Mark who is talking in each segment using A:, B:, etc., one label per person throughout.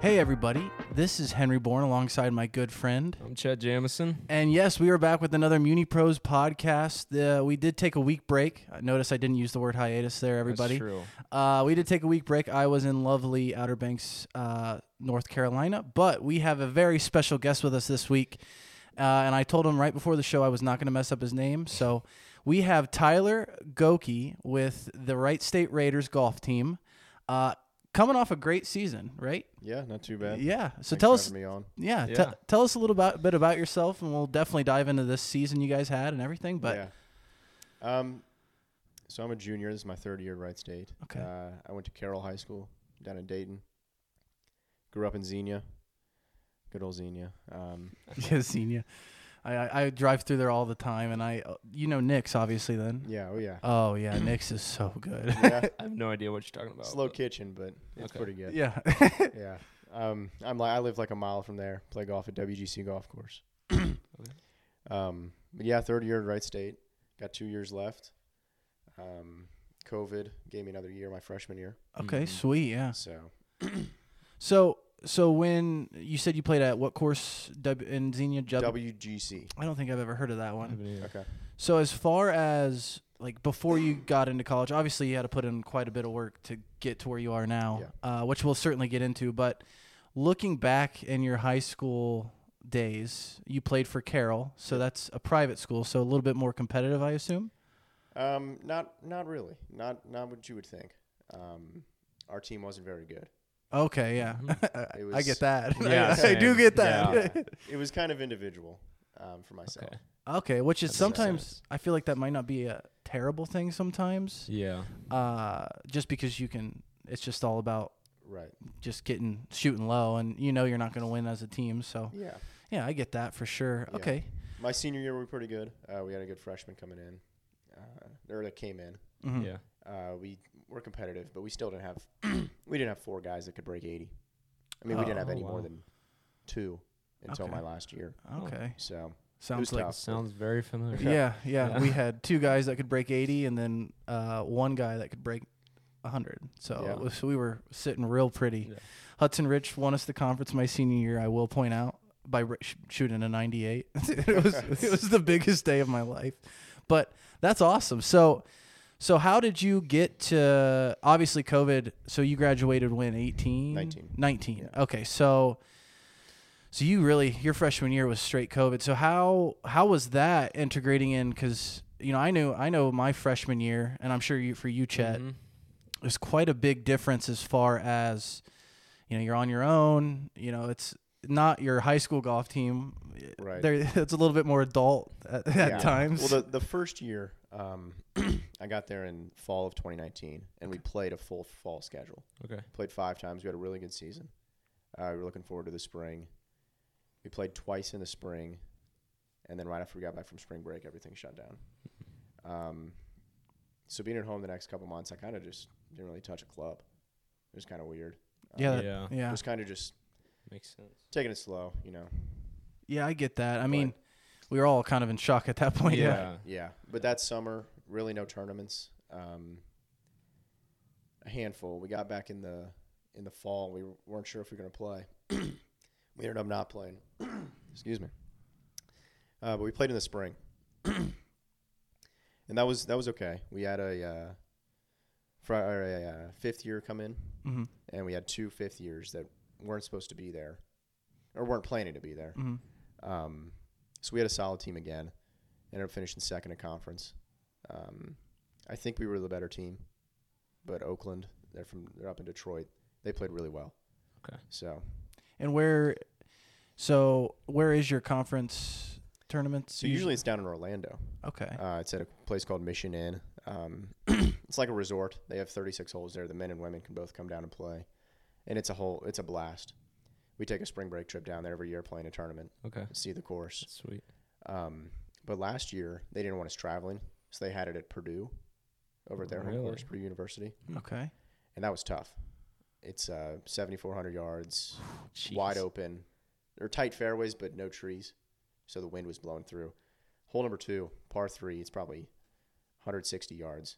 A: Hey, everybody. This is Henry Bourne alongside my good friend.
B: I'm Chad Jamison.
A: And yes, we are back with another Muni Pros podcast. Uh, we did take a week break. I notice I didn't use the word hiatus there, everybody.
B: That's true.
A: Uh, we did take a week break. I was in lovely Outer Banks, uh, North Carolina, but we have a very special guest with us this week. Uh, and I told him right before the show I was not going to mess up his name. So we have Tyler Goki with the Wright State Raiders golf team, uh, coming off a great season, right?
C: Yeah, not too bad.
A: Yeah. So
C: Thanks
A: tell
C: for
A: us,
C: having me on.
A: yeah, te-
B: Yeah.
A: tell us a little about, bit about yourself, and we'll definitely dive into this season you guys had and everything. But
C: yeah. Um, so I'm a junior. This is my third year at Wright State.
A: Okay.
C: Uh, I went to Carroll High School down in Dayton. Grew up in Xenia. Good old Xenia. Um,
A: yeah, senior, I, I, I drive through there all the time, and I, uh, you know, Nick's obviously then.
C: yeah. Oh yeah.
A: Oh yeah, Nick's is so good.
C: Yeah.
B: I have no idea what you're talking about.
C: Slow
B: but-
C: kitchen, but it's
B: Okay.
C: pretty good.
A: yeah.
C: Yeah. Um, I'm like I live like a mile from there. Play golf at WGC golf course. Um, but yeah, third year at Wright State. Got two years left. Um, COVID gave me another year my freshman year.
A: okay,
B: Mhm.
A: sweet. Yeah.
C: So
A: So so when you said you played at what course w, in Xenia? W-
C: WGC.
A: I don't think I've ever heard of that one.
C: Okay.
A: So as far as like before you got into college, obviously you had to put in quite a bit of work to get to where you are now, uh, which we'll certainly get into. But looking back in your high school days, you played for Carroll, so that's a private school, so a little bit more competitive, I assume.
C: Um, not not really. Not not what you would think. Um, our team wasn't very good.
A: Okay, yeah,
C: Mm-hmm. It
A: I
C: was-
A: get that.
B: Yeah,
A: I, do
B: same.
A: get that.
C: Yeah. it was kind of individual um, for myself.
B: Okay.
A: Okay, which is
B: That makes
A: sometimes
B: sense.
A: I feel like that might not be a terrible thing sometimes,
B: Yeah.
A: uh, just because you can. It's just all about
C: Right.
A: just getting shooting low, and you know you're not going to win as a team. So
C: Yeah.
A: yeah, I get that for sure.
C: Yeah.
A: Okay,
C: My senior year, we were pretty good. Uh, we had a good freshman coming in, uh, or that came in.
A: Mhm.
B: Yeah.
C: Uh, we were competitive, but we still didn't have we didn't have four guys that could break eighty. I mean, we didn't
A: Oh,
C: have any more
B: wow.
C: than two until
A: Okay.
C: my last year.
A: okay,
C: So
A: sounds
C: was
A: like
C: tough.
B: Oh, Sounds very familiar.
A: yeah, yeah,
B: Yeah.
A: We had two guys that could break 80, and then uh, one guy that could break 100. So
C: Yeah.
A: it was, we were sitting real pretty.
B: Yeah.
A: Hudson Rich won us the conference my senior year. I will point out by ri- sh- shooting a 98. it was it was the biggest day of my life. But that's awesome. So so how did you get to obviously COVID? So you graduated when 18?
C: 19.
A: 19. Okay. So so you really your freshman year was straight COVID. So how how was that integrating in cuz you know, I knew I know my freshman year and I'm sure you for you Chet
C: Mm-hmm.
B: Mhm.
A: there's quite a big difference as far as you know you're on your own you know it's not your high school golf team
C: right.
A: there it's a little bit more adult at, at
C: Yeah.
A: times
C: Well, the, the first year, um, I got there in fall of 2019, and we played a full fall schedule.
B: Okay.
C: Played five times. We had a really good season. Uh, we were looking forward to the spring. We played twice in the spring, and then right after we got back from spring break, everything shut down. Um, so being at home the next couple months, I kind of just didn't really touch a club. It was kind of weird. Um,
A: yeah that-
B: yeah.
A: yeah
C: It was kind of just
B: Makes sense.
C: taking it slow, you know.
A: yeah i get that i mean we were all kind of in shock at that point Oh, yeah
C: Yeah, but that summer, really no tournaments. Um, a handful. We got back in the in the fall. We weren't sure if we were going to play. we ended up not playing. Excuse me. Uh, but we played in the spring, and that was that was okay. We had a uh, fr- or a uh, fifth year come in,
A: Mhm.
C: and we had two fifth years that weren't supposed to be there, or weren't planning to be there.
A: Mhm.
C: Um, so we had a solid team again. Ended up finishing second in conference. Um, I think we were the better team, but Oakland, they're from they're up in Detroit. They played really well.
B: Okay.
C: So
A: and where so where is your conference tournaments
C: so usually it's down in Orlando.
A: okay
C: Uh, it's at a place called Mission Inn. Um, it's like a resort. They have 36 holes there. The men and women can both come down and play, and it's a whole it's a blast. We take a spring break trip down there every year, playing a tournament,
B: Okay.
C: see the course.
B: Sweet.
C: Um, but last year they didn't want us traveling, so they had it at Purdue, over at their home course,
B: Really?
C: Purdue University,
A: okay
C: and that was tough. It's uh, 7,400 yards, wide open, or tight fairways, but no trees, so the wind was blowing through. Hole number two, par three, it's probably 160 yards.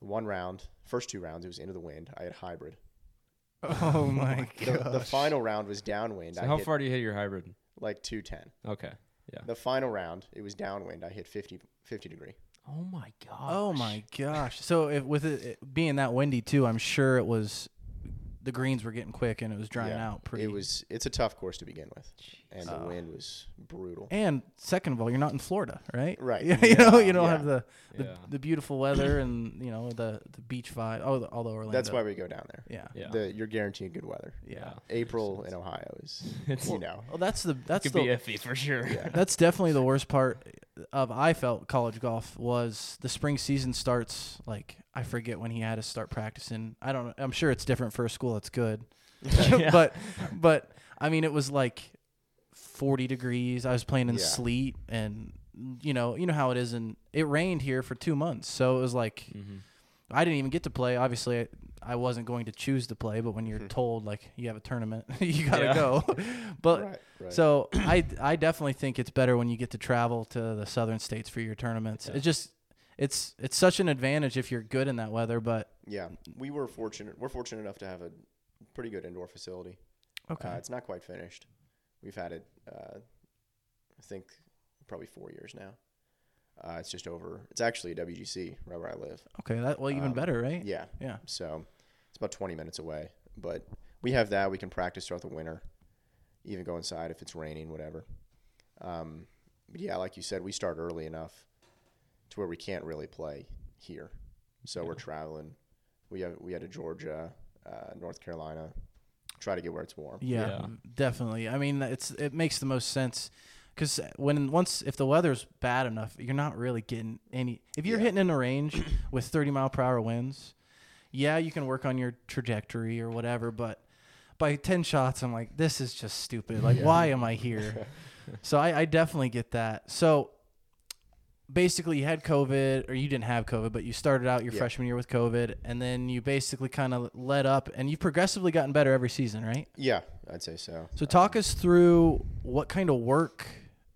C: One round, first two rounds, it was into the wind. I had hybrid,
A: Oh my
C: The, the
A: gosh.
C: final round was downwind.
B: So
C: I
B: how
C: hit
B: far do you hit your hybrid?
C: like 210.
B: Okay.
C: The final round, it was downwind. I hit 50, 50 degree.
B: Oh my god.
A: Oh my gosh! So if, with it, it being that windy too, I'm sure it was the greens were getting quick and it was drying
C: Yeah,
A: out pretty.
C: It was. It's a tough course to begin with, and the
A: Oh.
C: wind was brutal.
A: And second of all, you're not in Florida, right?
C: Right.
A: Yeah, you know,
C: Yeah.
A: you don't
C: Yeah.
A: have the, the,
B: Yeah.
A: the beautiful weather and you know the the beach vibe. Oh, the- although Orlando.
C: That's why we go down there.
A: Yeah.
B: Yeah.
C: The, you're guaranteeing good weather.
A: Yeah.
C: April in Ohio is,
B: It's-
C: you know,
A: Well, that's the that's
B: could
A: the
B: be iffy for sure.
C: yeah.
A: that's definitely the worst part of I felt college golf was the spring season starts like I forget when he had to start practicing. I don't know. I'm sure it's different for a school that's good.
B: Yeah.
A: but but I mean it was like 40 degrees. I was playing in
C: Yeah.
A: sleet and you know, you know how it is and it rained here for 2 months. So it was like
B: Mhm.
A: I didn't even get to play. Obviously, I, I wasn't going to choose to play, but when you're told like you have a tournament, you got to
B: Hmm. Yeah.
A: go. but
C: right, right.
A: so I I definitely think it's better when you get to travel to the southern states for your tournaments.
B: Yeah.
A: It's just it's it's such an advantage if you're good in that weather, but
C: yeah, we were fortunate. We're fortunate enough to have a pretty good indoor facility. Uh, it's not quite finished. We've had it, uh, I think, probably four years now. Uh, it's just over. It's actually a WGC right where I live.
A: okay, that well even
C: um,
A: better, right?
C: Yeah.
A: Yeah.
C: So it's about 20 minutes away. But we have that. We can practice throughout the winter, even go inside if it's raining, whatever. Um, but yeah, like you said, we start early enough to where we can't really play here. So we're traveling. We have we had to Georgia, uh, North Carolina, try to get where it's warm.
A: Yeah,
B: Yeah.
A: definitely. I mean, it's it makes the most sense because when once if the weather's bad enough, you're not really getting any. If you're
C: Yeah.
A: hitting in a range with 30 mile per hour winds, yeah, you can work on your trajectory or whatever. But by 10 shots, I'm like, this is just stupid. Like,
C: Yeah.
A: why am I here? so I, I definitely get that. So basically, you had COVID, or you didn't have COVID, but you started out your
C: Yeah.
A: freshman year with COVID, and then you basically kind of led up, and you've progressively gotten better every season, right?
C: Yeah, I'd say so.
A: So talk us through what kind of work,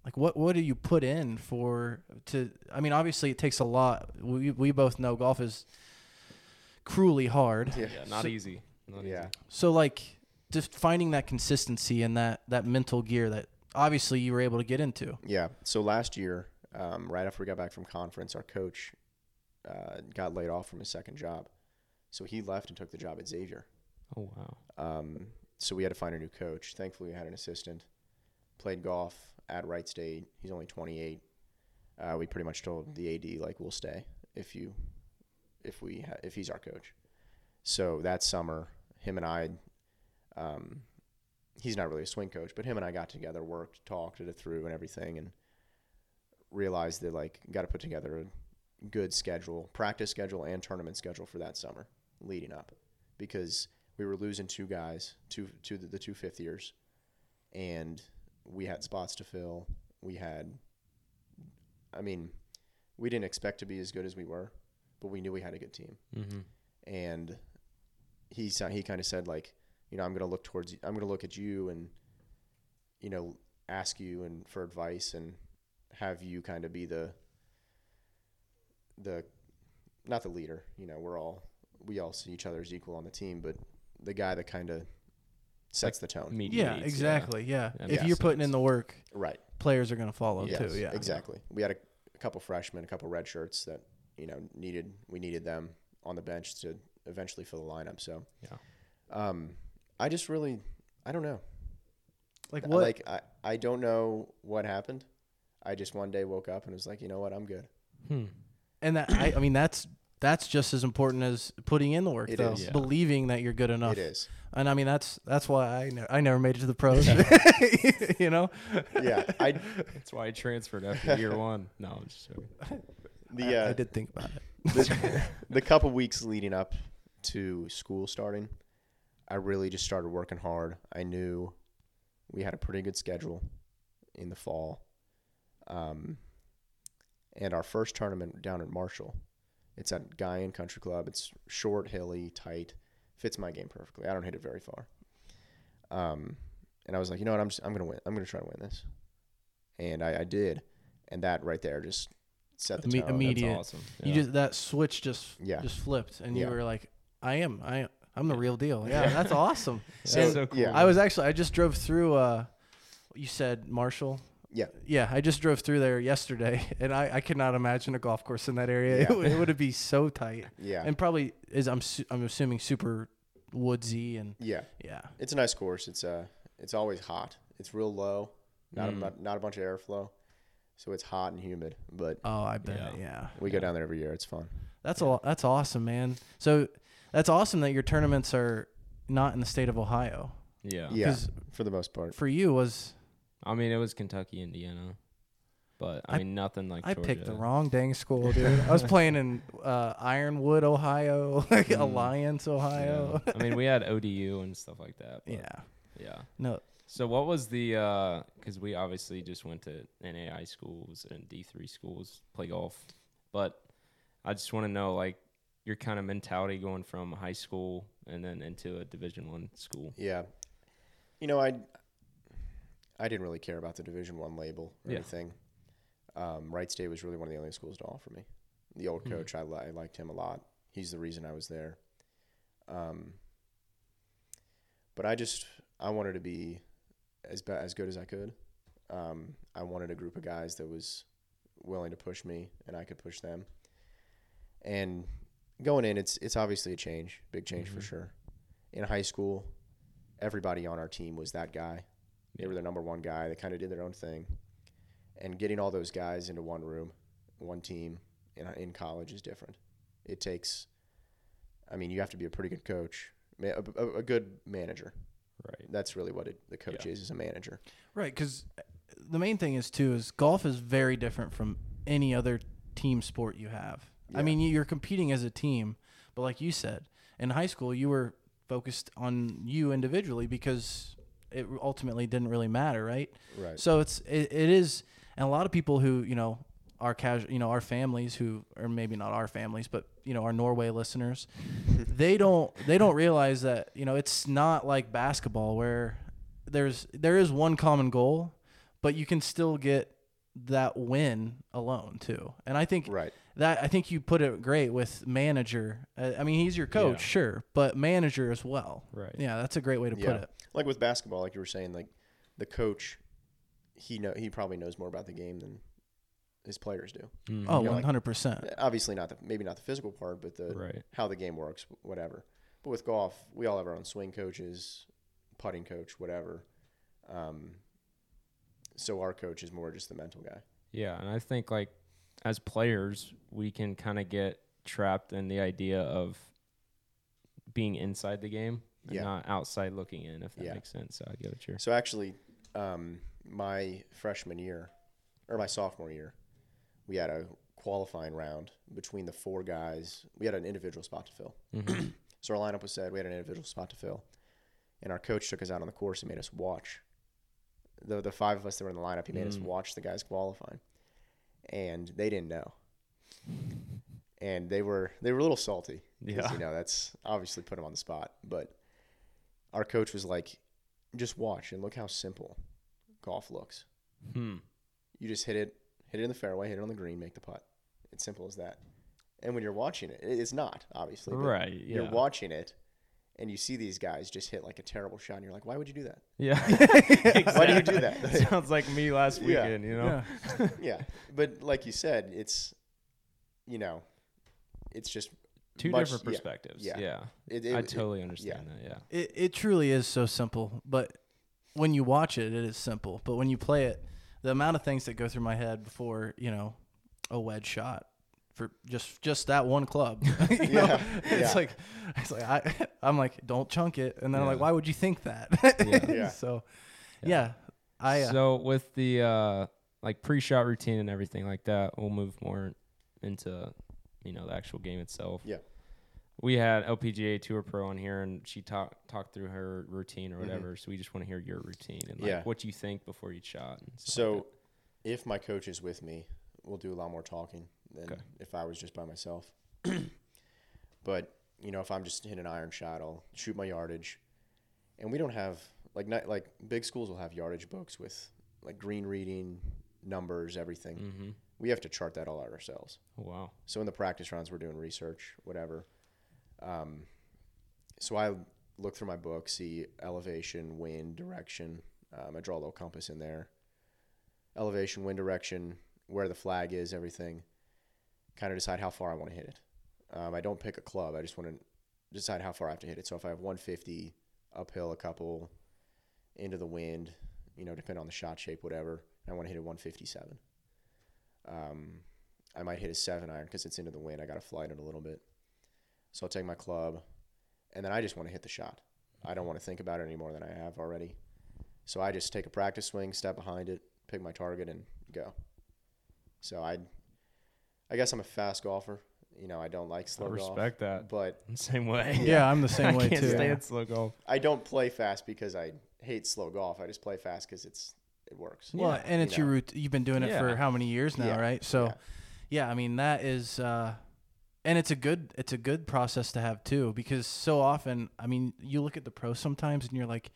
A: like what what do you put in for to? I mean, obviously it takes a lot. We we both know golf is cruelly hard.
C: Yeah.
B: Yeah, not
A: So-
B: easy. Not
C: Yeah.
B: easy.
A: So like just finding that consistency and that that mental gear that obviously you were able to get into.
C: Yeah. So last year, um, right after we got back from conference, our coach uh, got laid off from his second job. So he left and took the job at Xavier.
B: Oh wow.
C: Um, so we had to find a new coach. Thankfully, we had an assistant. Played golf at Wright State. He's only 28. Uh, we pretty much told the AD like we'll stay if you, if we ha- if he's our coach. So that summer, him and I, um, he's not really a swing coach, but him and I got together, worked, talked it through, and everything, and realized that like got to put together a good schedule, practice schedule, and tournament schedule for that summer leading up, because we were losing two guys, two two the, the two fifth years, and we had spots to fill. We had, I mean, we didn't expect to be as good as we were, but we knew we had a good team.
B: Mm-hmm.
C: And he sa- he kind of said like, you know, I'm gonna look towards, I'm gonna look at you and, you know, ask you and for advice and have you kind of be the the not the leader. You know, we're all we all see each other as equal on the team, but the guy that kind of sets the tone.
B: Meat
A: Yeah,
B: eats,
A: exactly. Yeah.
B: That
A: If
C: makes
A: you're putting
B: sense.
A: in the work,
C: Right.
A: players are gonna follow
C: Yes,
A: too. Yeah.
C: Exactly. We had a, a couple freshmen, a couple red shirts that, you know, needed we needed them on the bench to eventually fill the lineup. So
B: Yeah.
C: Um I just really I don't know.
A: Like what?
C: Like I, I don't know what happened. I just one day woke up and was like, you know what, I'm good.
B: Hmm.
A: and that I, I mean that's that's just as important as putting in the work
C: It
A: though.
C: is.
B: Yeah.
A: Believing that you're good enough.
C: It is.
A: And I mean that's that's why I ne- I never made it to the pros. you know,
C: Yeah. I
B: That's why I transferred after year one. No, I'm just joking.
C: the
A: I, I
C: uh,
A: did think about it.
C: the, the couple weeks leading up to school starting, I really just started working hard. I knew we had a pretty good schedule in the fall. Um, and our first tournament down at Marshall, it's at Guyan Country Club. It's short, hilly, tight, fits my game perfectly. I don't hit it very far. Um, and I was like, you know what? I'm just, I'm gonna win. I'm gonna try to win this, and I, I did. And that right there just set the
A: Imme-
C: tone.
A: immediate.
B: That's awesome.
A: You
B: Yeah.
A: just that switch just
C: Yeah.
A: just flipped, and
C: Yeah.
A: you were like, I am I I'm the real deal. Yeah, that's awesome.
C: So,
A: And
B: so cool.
C: yeah.
A: I was actually I just drove through. Uh, you said Marshall.
C: Yeah.
A: Yeah, I just drove through there yesterday, and I, I cannot imagine a golf course in that area. It,
C: Yeah.
A: would, it would be so tight,
C: Yeah.
A: and probably is I'm su- I'm assuming super woodsy and
C: yeah.
A: yeah.
C: It's a nice course. It's uh it's always hot. It's real low. Not a,
B: Mm.
C: not, not a bunch of airflow. So it's hot and humid, but
A: Oh, I bet.
B: Yeah.
A: yeah.
C: we go down there every year. It's fun.
A: That's a that's awesome, man. So that's awesome that your tournaments are not in the state of Ohio.
B: Yeah.
C: Yeah.
A: 'Cause
C: For the most part.
A: For you was
B: I mean, it was Kentucky, Indiana, but I,
A: I-
B: mean nothing like
A: I
B: Georgia.
A: picked the wrong dang school, dude. I was playing in uh, Ironwood, Ohio, like
B: Mm.
A: Alliance, Ohio.
B: Yeah. I mean, we had ODU and stuff like that. but
A: Yeah.
B: Yeah.
A: No.
B: So what was the? Because we obviously just went to NAI schools and D three schools play golf, but I just want to know like your kind of mentality going from high school and then into a Division one school.
C: Yeah. You know, I I didn't really care about the Division One label or
B: Yeah.
C: anything. Um, Wright State was really one of the only schools to offer me. The old
B: Mhm.
C: coach, I, li- I liked him a lot. He's the reason I was there. Um, but I just I wanted to be as be- as good as I could. Um, I wanted a group of guys that was willing to push me, and I could push them. And going in, it's it's obviously a change, big change for
B: Mhm.
C: sure. In high school, everybody on our team was that guy. They were the number one guy. They kind of did their own thing, and getting all those guys into one room, one team in in college is different. It takes, I mean, you have to be a pretty good coach, ma- a, a, a good manager.
B: Right.
C: That's really what it, the coach is is a manager.
A: Right, because the main thing is too is golf is very different from any other team sport you have. I
C: Yeah.
A: mean, you- you're competing as a team, but like you said, in high school you were focused on you individually because it ultimately didn't really matter, right?
C: Right.
A: So it's it, it is, and a lot of people who you know our casual, you know our families who or maybe not our families, but you know our Norway listeners, they don't they don't realize that you know it's not like basketball where there's there is one common goal, but you can still get that win alone too. And I think
C: Right.
A: that I think you put it great with manager. Uh, I mean, he's your coach,
B: Yeah.
A: sure, but manager as well.
B: Right.
A: Yeah, that's a great way to
C: Yeah.
A: put it.
C: Like with basketball, like you were saying, like the coach, he know he probably knows more about the game than his players do.
B: Mhm.
A: Oh,
C: Yeah, Mm-hmm. like-
A: 100%.
C: Obviously, not the maybe not the physical part, but the
B: Right.
C: how the game works, whatever. But with golf, we all have our own swing coaches, putting coach, whatever. Um, so our coach is more just the mental guy.
B: Yeah, and I think like as players, we can kind of get trapped in the idea of being inside the game and
C: Yeah.
B: not outside looking in. If that
C: Yeah.
B: makes sense, so I get what you're.
C: So actually, um, my freshman year or my sophomore year, we had a qualifying round between the four guys. We had an individual spot to fill.
B: Mm-hmm.
C: so our lineup was set. We had an individual spot to fill, and our coach took us out on the course and made us watch. The the five of us that were in the lineup, he made us
B: Mm.
C: watch the guys qualifying, and they didn't know. And they were they were a little salty. 'cause,
B: Yeah.
C: you know that's obviously put them on the spot. But our coach was like, "Just watch and look how simple golf looks.
B: Hmm.
C: You just hit it, hit it in the fairway, hit it on the green, make the putt. It's simple as that." And when you're watching it, it- it's not obviously. but
B: Right. Yeah.
C: you're watching it and you see these guys just hit like a terrible shot and you're like why would you do that
B: yeah.
C: Why do you
B: Exactly.
C: do that?
B: Sounds like me last
C: Yeah.
B: weekend. You know.
A: Yeah.
C: yeah but like you said it's you know it's just
B: Two
C: much-
B: different
C: yeah,
B: perspectives.
C: yeah.
B: Yeah.
C: it, it,
B: I
C: it-
B: totally understand that. Yeah.
A: It it truly is so simple, but when you watch it, it is simple. But when you play it, the amount of things that go through my head before you know a wedge shot for just just that one club, you know?
C: Yeah, yeah.
A: it's like it's like I I'm like don't chunk it, and then I'm like
B: Yeah.
A: why would you think that?
B: Yeah.
C: Yeah.
A: So yeah,
B: Yeah.
A: I uh,
B: so with the uh, like pre-shot routine and everything like that, we'll move more into you know the actual game itself.
C: Yeah.
B: We had LPGA Tour Pro on here, and she talked talked through her routine or whatever. So we just want to hear your routine and like
C: Mm-hmm. Yeah.
B: what you think before each shot. And stuff like
C: so if my coach is with me we'll do a lot more talking than
B: Okay.
C: if i was just by myself but you know if i'm just hitting an iron shot i'll shoot my yardage and we don't have like not, like big schools will have yardage books with like green reading numbers everything
B: that. Mhm.
C: we have to chart that all out ourselves
B: Oh, Wow.
C: So in the practice rounds, we're doing research, whatever. Um, so I look through my book, see elevation, wind, direction. Um, I draw a little compass in there. Elevation, wind direction, where the flag is, everything. Kind of decide how far I want to hit it. Um, I don't pick a club. I just want to decide how far I have to hit it. So if I have 150 uphill, a couple into the wind, you know, depending on the shot shape, whatever, I want to hit a 157. Um, I might hit a seven iron because it's into the wind. I got to flight it a little bit. So I'll take my club, and then I just want to hit the shot. I don't want to think about it any more than I have already. So I just take a practice swing, step behind it, pick my target, and go. So I, I guess I'm a fast golfer. You know, I don't like slow
B: I
C: golf,
B: respect that.
C: but
B: Same way.
A: Yeah, I'm the same way
B: I can't
A: too.
B: stand slow golf.
C: I don't play fast because I hate slow golf. I just play fast because it's it works.
A: Well, and it's
C: you
A: your root. You've been doing it for
B: Yeah.
A: how many years now,
C: Yeah.
A: right? So,
C: Yeah.
A: yeah. I mean that is, uh, and it's a good it's a good process to have too, because so often, I mean, you look at the pros sometimes, and you're like,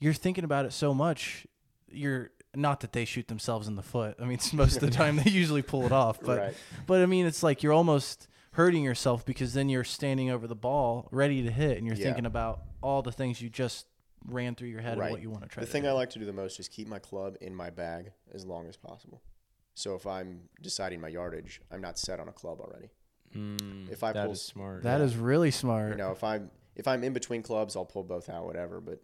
A: you're thinking about it so much, you're not that they shoot themselves in the foot. I mean, it's most of the time they usually pull it off, but
C: right.
A: but I mean, it's like you're almost hurting yourself because then you're standing over the ball ready to hit, and you're
C: Yeah.
A: thinking about all the things you just ran through your head
C: Right.
A: and what you want to try.
C: The
A: to
C: thing
A: do.
C: I like to do the most is keep my club in my bag as long as possible. So if I'm deciding my yardage, I'm not set on a club already.
B: Mm,
C: If I
B: that
C: pull-
B: is smart.
A: That is really smart.
C: You know, if I'm if I'm in between clubs, I'll pull both out, whatever. But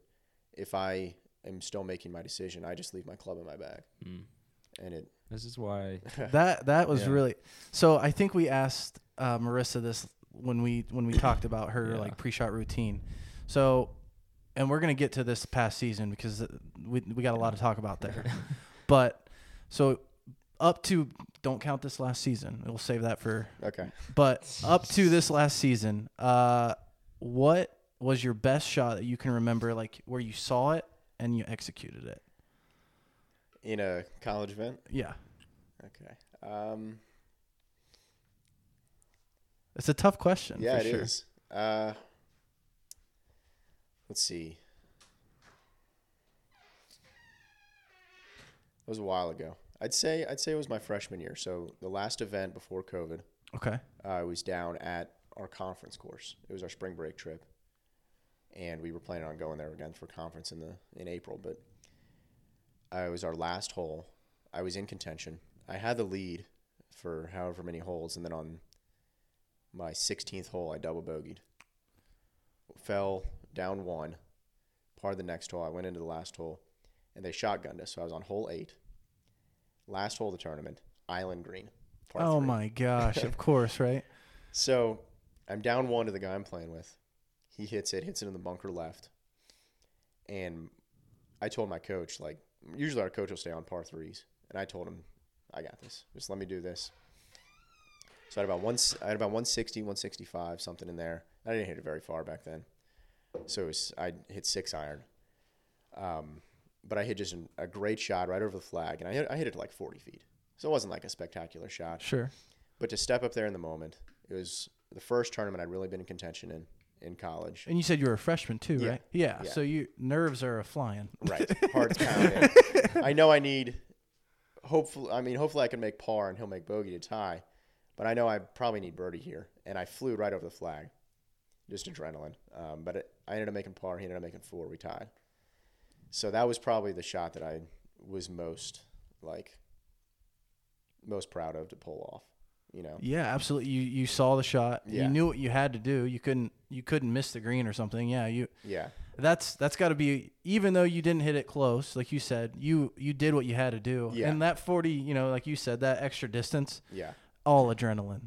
C: if I am still making my decision, I just leave my club in my bag,
B: Mm.
C: and it
B: This is why.
A: that that was
B: Yeah.
A: really so i think we asked uh, marissa this when we when we talked about her
B: Yeah.
A: like pre-shot routine so and we're going to get to this past season because uh, we, we got a lot to talk about there but so up to don't count this last season we'll save that for
C: okay.
A: but up to this last season uh what was your best shot that you can remember like where you saw it and you executed it
C: In a college event,
A: yeah
C: okay. Um,
A: it's a tough question
C: yeah,
A: for
C: it
A: sure.
C: is. Uh, let's see. It was a while ago. I'd say I'd say it was my freshman year. So the last event before COVID,
A: okay
C: uh, I was down at our conference course. It was our spring break trip, and we were planning on going there again for conference in the in April. But uh, it was our last hole. I was in contention. I had the lead for however many holes, and then on my 16th hole, I double bogeyed. Fell down one, par the next hole. I went into the last hole, and they shotgunned us. So I was on hole eight, last hole of the tournament, Island Green. par
A: oh
C: three.
A: my gosh of course right
C: So I'm down one to the guy I'm playing with. He hits it, hits it in the bunker left. And I told my coach, like, usually our coach will stay on par threes. And I told him, I got this. Just let me do this. So I had about one, I had about 160, 165, something in there. I didn't hit it very far back then. So it was, I hit six iron. Um, but I hit just an, a great shot right over the flag. And I hit, I hit it like 40 feet. So it wasn't like a spectacular shot.
A: Sure.
C: But to step up there in the moment, it was the first tournament I'd really been in contention in in college.
A: And you said you were a freshman too,
C: Yeah.
A: right? Yeah.
C: Yeah.
A: So you nerves are a flying.
C: Right, heart's pounding. I know I need. Hopefully, I mean, hopefully I can make par and he'll make bogey to tie, but I know I probably need birdie here. And I flew right over the flag, just adrenaline. Um, but it, I ended up making par. He ended up making four. We tied. So that was probably the shot that I was most like most proud of to pull off. You know,
A: Yeah, absolutely. You you saw the shot.
C: Oh. Yeah.
A: You knew what you had to do. You couldn't you couldn't miss the green or something. Yeah, you
C: yeah,
A: that's that's got to be even though you didn't hit it close, like you said, you you did what you had to do.
C: Yeah.
A: And that 40, you know, like you said, that extra distance,
C: yeah,
A: all adrenaline.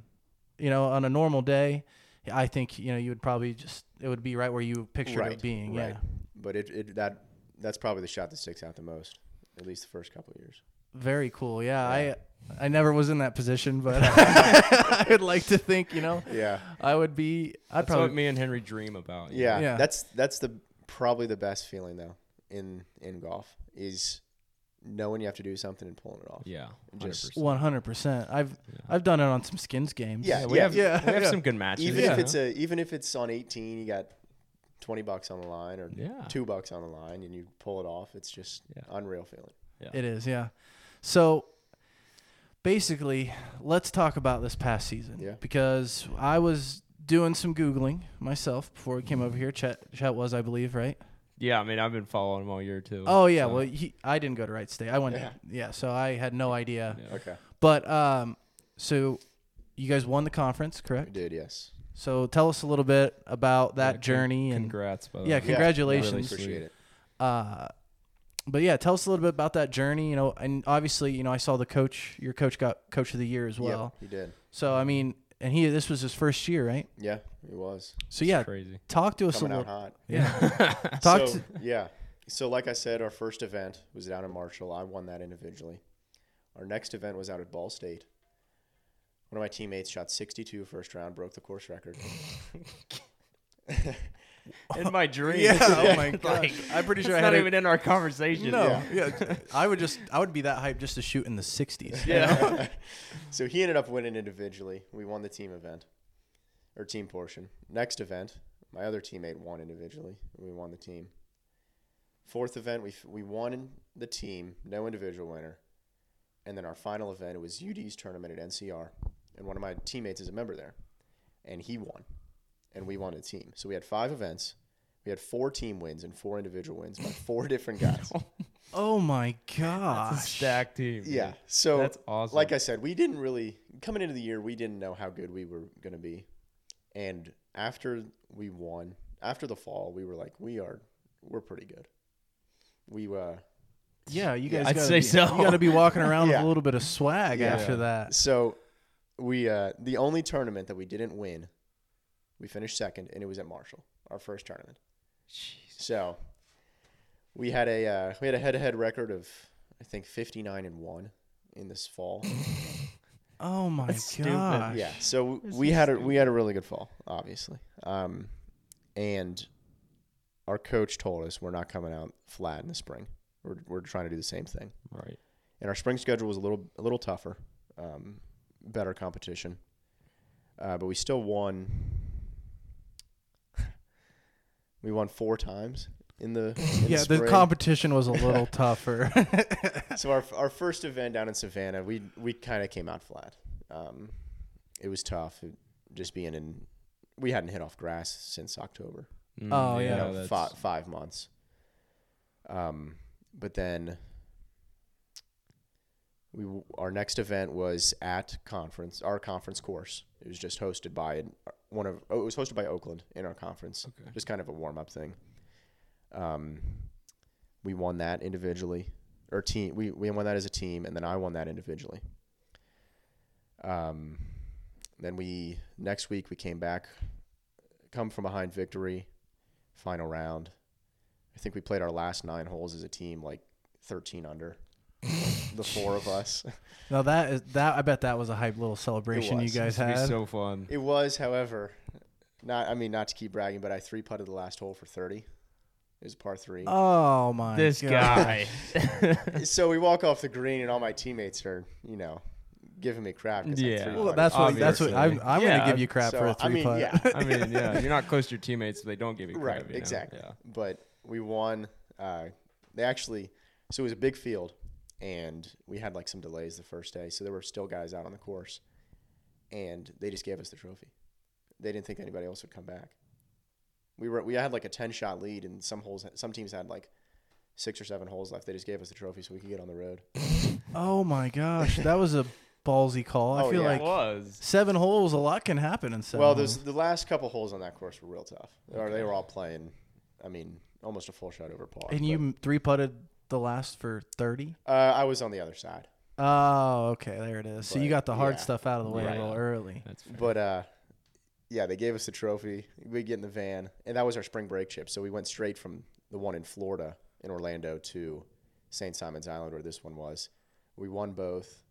A: You know, on a normal day, I think, you know, you would probably just it would be right where you pictured
C: Right,
A: it being.
C: right.
A: Yeah.
C: but it, it that that's probably the shot that sticks out the most, at least the first couple of years.
A: Very cool. Yeah,
C: Yeah.
A: I I never was in that position, but I would like to think, you know,
C: Yeah,
A: I would be. I'd
B: That's what
A: probably.
B: me and Henry dream about. you
C: yeah,
A: Yeah.
C: That's that's the probably the best feeling though in in golf is knowing you have to do something and pulling it off.
B: Yeah.
C: Just-
B: 100%.
A: One hundred percent. I've
B: Yeah.
A: I've done it on some skins games.
B: Yeah, we
C: yeah,
B: have
A: yeah,
B: we have
A: yeah.
B: some good matches.
C: Even
A: Yeah.
C: if it's a even if it's on eighteen, you got twenty bucks on the line or
B: yeah,
C: two bucks on the line, and you pull it off. It's just
B: Yeah.
C: unreal feeling.
A: It is. Yeah. So basically, let's talk about this past season
C: Yeah.
A: because I was doing some googling myself before we came over here. Chet, Chet was, I believe, right?
B: Yeah, I mean, I've been following him all year too.
A: Oh yeah,
B: so-
A: well he, I didn't go to Wright State. I went, yeah,
C: Yeah.
A: so I had no idea.
B: Yeah.
C: Okay.
A: But um, so you guys won the conference,
C: We
A: correct?
C: did, yes.
A: So tell us a little bit about that
B: Yeah, con-
A: journey and
B: Congrats, by the
A: yeah,
B: way.
C: con-
A: congratulations.
B: Really sweet.
C: Appreciate it.
A: Uh, but yeah, tell us a little bit about that journey. You know, and obviously, you know, I saw the coach. Your coach got coach of the year as
C: Yep,
A: well.
C: you did.
A: So I mean, and he this was his first year, right?
C: Yeah, it was.
A: So yeah,
B: crazy.
A: talk to us
C: Coming
A: a
C: out
A: little.
C: hot.
A: Yeah, talk
C: so,
A: to
C: yeah. So, like I said, our first event was down in Marshall. I won that individually. Our next event was out at Ball State. One of my teammates shot 62 first round, broke the course record.
B: in my dreams.
A: Yeah, oh my gosh. I'm pretty sure I
B: it's
A: had
B: not
A: a-
B: even in our conversation.
A: No,
C: Yeah.
A: yeah. I would just, I would be that hyped just to shoot in the 60s.
B: Yeah.
C: so he ended up winning individually. We won the team event or team portion. Next event, my other teammate won individually. We won the team. Fourth event, we, f- we won the team, no individual winner. And then our final event, it was UD's tournament at NCR. And one of my teammates is a member there. And he won. And we won a team. So we had five events. We had four team wins and four individual wins by four different guys.
A: Oh my gosh.
B: It's a stacked team. dude.
C: Yeah. So
B: That's awesome.
C: Like I said, we didn't really coming into the year, we didn't know how good we were going to be. And after we won, after the fall, we were like, we are we're pretty good. We uh
A: Yeah, you guys.
B: I'd
A: gotta
B: say
A: be,
B: so.
A: You got to be walking around with
C: Yeah.
A: a little bit of swag
C: Yeah.
A: after that.
C: so we uh the only tournament that we didn't win, we finished second and it was at Marshall, our first tournament.
B: Jeez.
C: So we had a uh, we had a head-to-head record of I think 59 and 1 in this fall.
A: Oh my
B: That's stupid.
A: gosh.
C: Yeah. So
B: This
C: we
B: is
C: had a we had a really good fall, obviously. Um, and our coach told us we're not coming out flat in the spring. We're we're trying to do the same thing.
B: Right.
C: And our spring schedule was a little a little tougher, um, better competition, uh, but we still won. we won four times in the in
A: Yeah, the
C: spring.
A: competition was a little tougher.
C: so our, our first event down in Savannah, we we kind of came out flat. Um, it was tough, it- just being in. We hadn't hit off grass since October.
B: Mm,
A: Oh, yeah.
C: you
A: No,
C: know,
B: that's-
C: five, five months. Um, but then we w- our next event was at conference our conference course. It was just hosted by an- one of oh, it was hosted by Oakland in our conference.
B: Okay.
C: Just kind of a warm up thing. Um, we won that individually, or team. We we won that as a team, and then I won that individually. Um, then we next week we came back, come from behind victory, final round. I think we played our last nine holes as a team, like thirteen under. the four of us.
A: now that is that. I bet that was a hype little celebration you
C: was.
A: guys
B: This would be
A: had.
B: so fun.
C: It was, however, not. I mean, not to keep bragging, but I three putted the last hole for thirty. It was a par three.
A: oh my.
B: This
A: gosh.
B: guy.
C: so we walk off the green, and all my teammates are, you know, giving me crap. 'cause I
B: Yeah.
C: three-putted.
A: Well, that's what. That's what. I'm.
B: Obviously.
A: I'm
B: Yeah,
A: gonna give you crap
C: So,
A: for a
C: I
A: three
C: mean,
A: putt.
C: yeah,
B: I mean, yeah, you're not close to your teammates, so they don't give you credit.
C: right,
B: you know?
C: exactly.
B: Yeah.
C: But we won. Uh, they actually, so it was a big field, and we had like some delays the first day, so there were still guys out on the course, and they just gave us the trophy. They didn't think anybody else would come back. We were we had like a ten shot lead, and some holes, some teams had like six or seven holes left. They just gave us the trophy so we could get on the road.
A: Oh my gosh, that was a ballsy call. I
C: Oh,
A: feel
C: yeah.
A: like
B: it was.
A: seven holes, a lot can happen in seven.
C: Well,
A: holes.
C: those the last couple holes on that course were real tough. Or they were all playing. I mean, almost a full shot over par.
A: and you m- three putted the last for thirty.
C: but, uh, I was on the other side.
A: Oh, okay, there it is. So you
C: But,
A: got the hard
C: yeah.
A: stuff out of the way
B: Right.
A: a little early.
B: That's fair.
C: But uh, yeah, they gave us the trophy. We get in the van, and that was our spring break trip. So we went straight from the one in Florida in Orlando to St. Simon's Island, where this one was. We won both.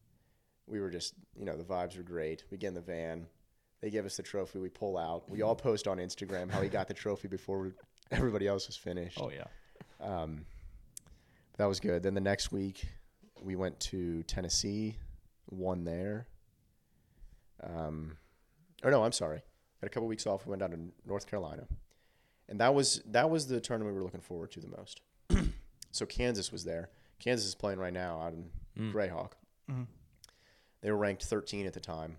C: We were just, you know, the vibes were great. We get in the van. They give us the trophy. We pull out.
A: Hmm.
C: We all post on Instagram how we got the trophy before we, everybody else was finished.
B: oh yeah.
C: Um, that was good. Then the next week, we went to Tennessee, won there. Um, or no, I'm sorry. Had a couple weeks off. We went down to North Carolina, and that was that was the tournament we were looking forward to the most. so Kansas was there. Kansas is playing right now out in Greyhawk.
A: Mhm.
C: They were ranked 13 at the time,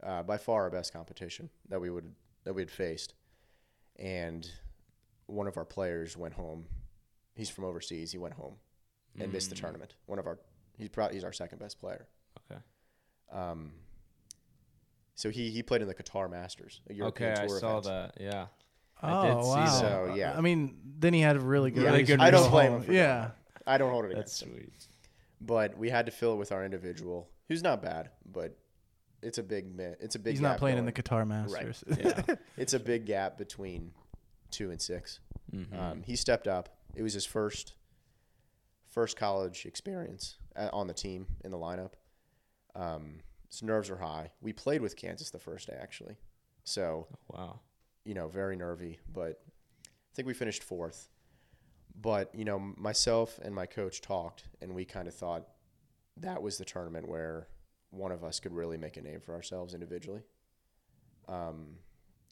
C: uh, by far our best competition that we would that we had faced, and one of our players went home. He's from overseas. He went home and missed the
B: Mm.
C: tournament. One of our he's probably he's our second best player.
B: Okay.
C: Um, so he he played in the Qatar Masters. A European
B: Okay, I
C: tour
B: saw
C: event.
B: that. Yeah.
A: Oh
B: I did see
A: wow!
B: that.
C: So, yeah.
A: I mean, then he had a really good.
C: Yeah,
A: race
B: good
A: to
B: I don't
A: go
C: blame
A: home.
C: him for doing
A: Yeah,
C: I don't hold it
B: That's
C: against him.
B: sweet.
C: But we had to fill it with our individual, who's not bad, but it's a big mi- it's a big.
A: he's not
C: gap
A: playing in the Qatar
C: going.
A: Masters.
B: Yeah.
C: It's a big gap between two and 6
B: Mhm.
C: Um, he stepped up. It was his first first college experience uh, on the team in the lineup. Um, his nerves are high. We played with Kansas the first day actually, so
B: Oh, wow.
C: you know very nervy. But I think we finished fourth. But you know myself and my coach talked, and we kind of thought that was the tournament where one of us could really make a name for ourselves individually. Um,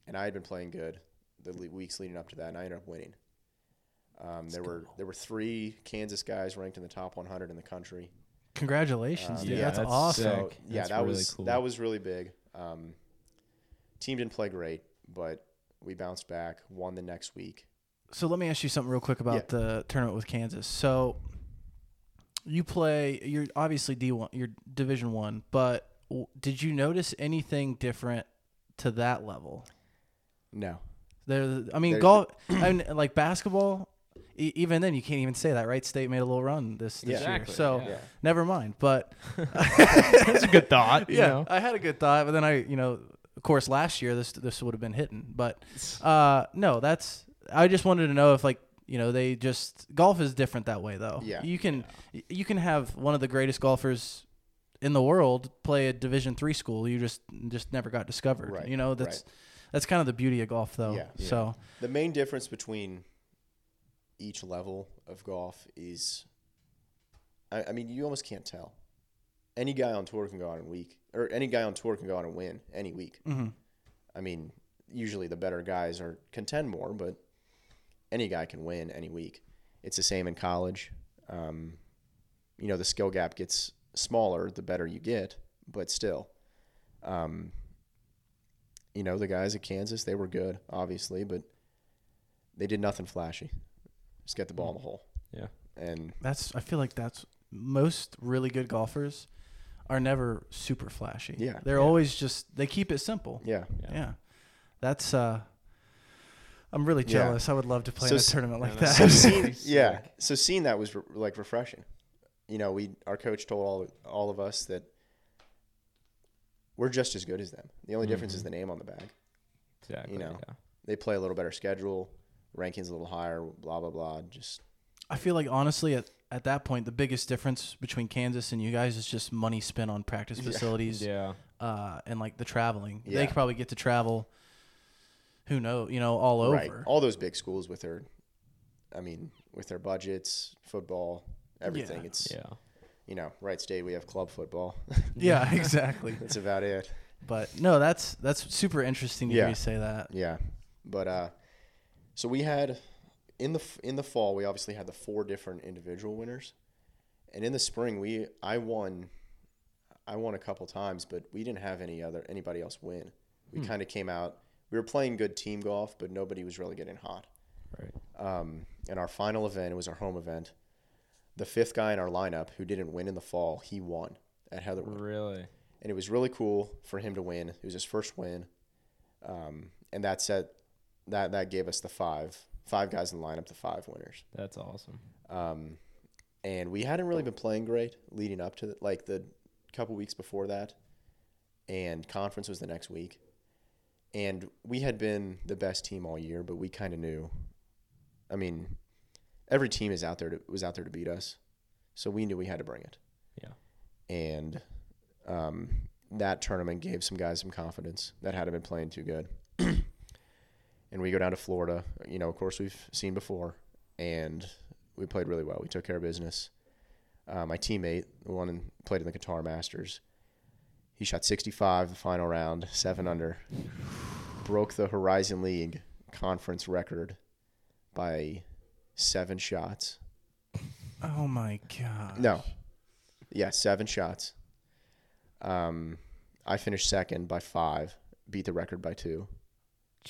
C: and I had been playing good the le- weeks leading up to that, and I ended up winning. Um, there were there were three Kansas guys ranked in the top 100 in the country.
A: Congratulations,
C: Um,
A: dude.
B: yeah,
A: that's,
B: that's
A: awesome.
B: sick.
C: So yeah,
B: That's
C: that
B: really
C: was
B: cool.
C: that was really big. Um, team didn't play great, but we bounced back, won the next week.
A: So let me ask you something real quick about the tournament with Kansas. So you play. You're obviously D one. You're Division one. But w- did you notice anything different to that level?
C: No,
A: There. I mean,
C: There's-
A: golf. I mean, like basketball. e- Even then, you can't even say that, right? State made a little run this, this
C: Yeah.
B: Exactly.
A: year, so
B: yeah.
C: yeah.
A: never mind. But
B: That's a good thought.
A: yeah, I had a good thought, but then I, you know, of course, last year this this would have been hitting, but uh, no, that's. I just wanted to know if like you know they just golf is different that way though.
C: Yeah.
A: you can you can have one of the greatest golfers in the world play a Division three school. You just just never got discovered.
C: Right,
A: You know that's that's kind of the beauty of golf though.
C: Yeah.
B: Yeah.
A: So
C: the main difference between each level of golf is, I, I mean, you almost can't tell. Any guy on tour can go out and week, or any guy on tour can go out and win any week.
A: mhm.
C: I mean, usually the better guys are contend more, but any guy can win any week. It's the same in college. Um, you know, the skill gap gets smaller the better you get, but still, um, you know, the guys at Kansas they were good, obviously, but they did nothing flashy. Just get the ball in the hole.
B: Yeah.
C: and
A: that's I feel like that's most really good golfers are never super flashy.
C: Yeah.
A: they're
B: Yeah.
A: always just they keep it simple.
C: yeah,
A: Yeah. That's uh I'm really
C: Yeah.
A: jealous. I would love to play
C: So
A: in a
C: s-
A: tournament like
B: that's-
A: that.
C: seeing,
B: Sick.
C: yeah. So seeing that was re- like refreshing. You know, we our coach told all all of us that we're just as good as them. The only difference is the name on the bag.
B: Exactly.
C: you know.
B: yeah.
C: They play a little better schedule, rankings a little higher, blah blah blah. Just
A: I feel like honestly at, at that point the biggest difference between Kansas and you guys is just money spent on practice facilities
B: Yeah.
A: uh and like the traveling. They
C: Yeah.
A: could probably get to travel who knows, you know, all over.
C: right. All those big schools with their, I mean, with their budgets, football, everything.
A: Yeah.
C: It's
B: Yeah.
C: you know, Wright State we have club football.
A: Yeah, exactly.
C: That's about it.
A: But no, that's that's super interesting to hear
C: Yeah.
A: you say that.
C: Yeah, but uh, so we had in the f- in the fall we obviously had the four different individual winners, and in the spring we I won, I won a couple times, but we didn't have any other anybody else win. We kind of came out. We were playing good team golf, but nobody was really getting hot.
B: Right.
C: Um, and our final event it was our home event. The fifth guy in our lineup who didn't win in the fall, he won at Heatherwood
B: Really.
C: and it was really cool for him to win. It was his first win, um, and that set that that gave us the five five guys in the lineup, the five winners.
B: That's awesome.
C: Um, and we hadn't really been playing great leading up to the, like the couple weeks before that, and conference was the next week, and we had been the best team all year, but we kind of knew. I mean, every team is out there to, was out there to beat us, so we knew we had to bring it
B: Yeah.
C: and um, that tournament gave some guys some confidence that hadn't been playing too good. and we go down to Florida, you know, of course we've seen before, and we played really well. We took care of business. Uh, my teammate, the one in, played in the Qatar Masters, he shot 65 the final round, seven under, broke the Horizon League conference record by seven shots.
A: Oh my god.
C: No. Yeah, seven shots. Um, I finished second by five, beat the record by two.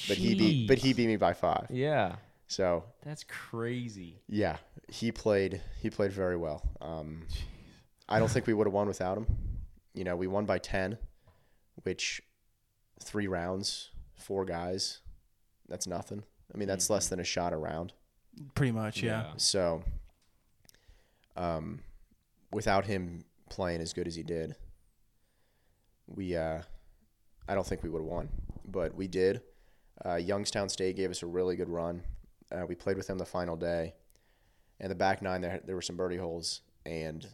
C: but he beat but he beat me by five.
B: Yeah,
C: So
B: that's crazy.
C: yeah, he played he played very well. Um, I don't think we would have won without him. You know, we won by ten, which three rounds, four guys, that's nothing. I mean, that's less than a shot a round.
A: Pretty much, yeah.
C: So, um, without him playing as good as he did, we uh, I don't think we would have won, but we did. Uh, Youngstown State gave us a really good run. Uh, we played with them the final day, and the back nine there there were some birdie holes, and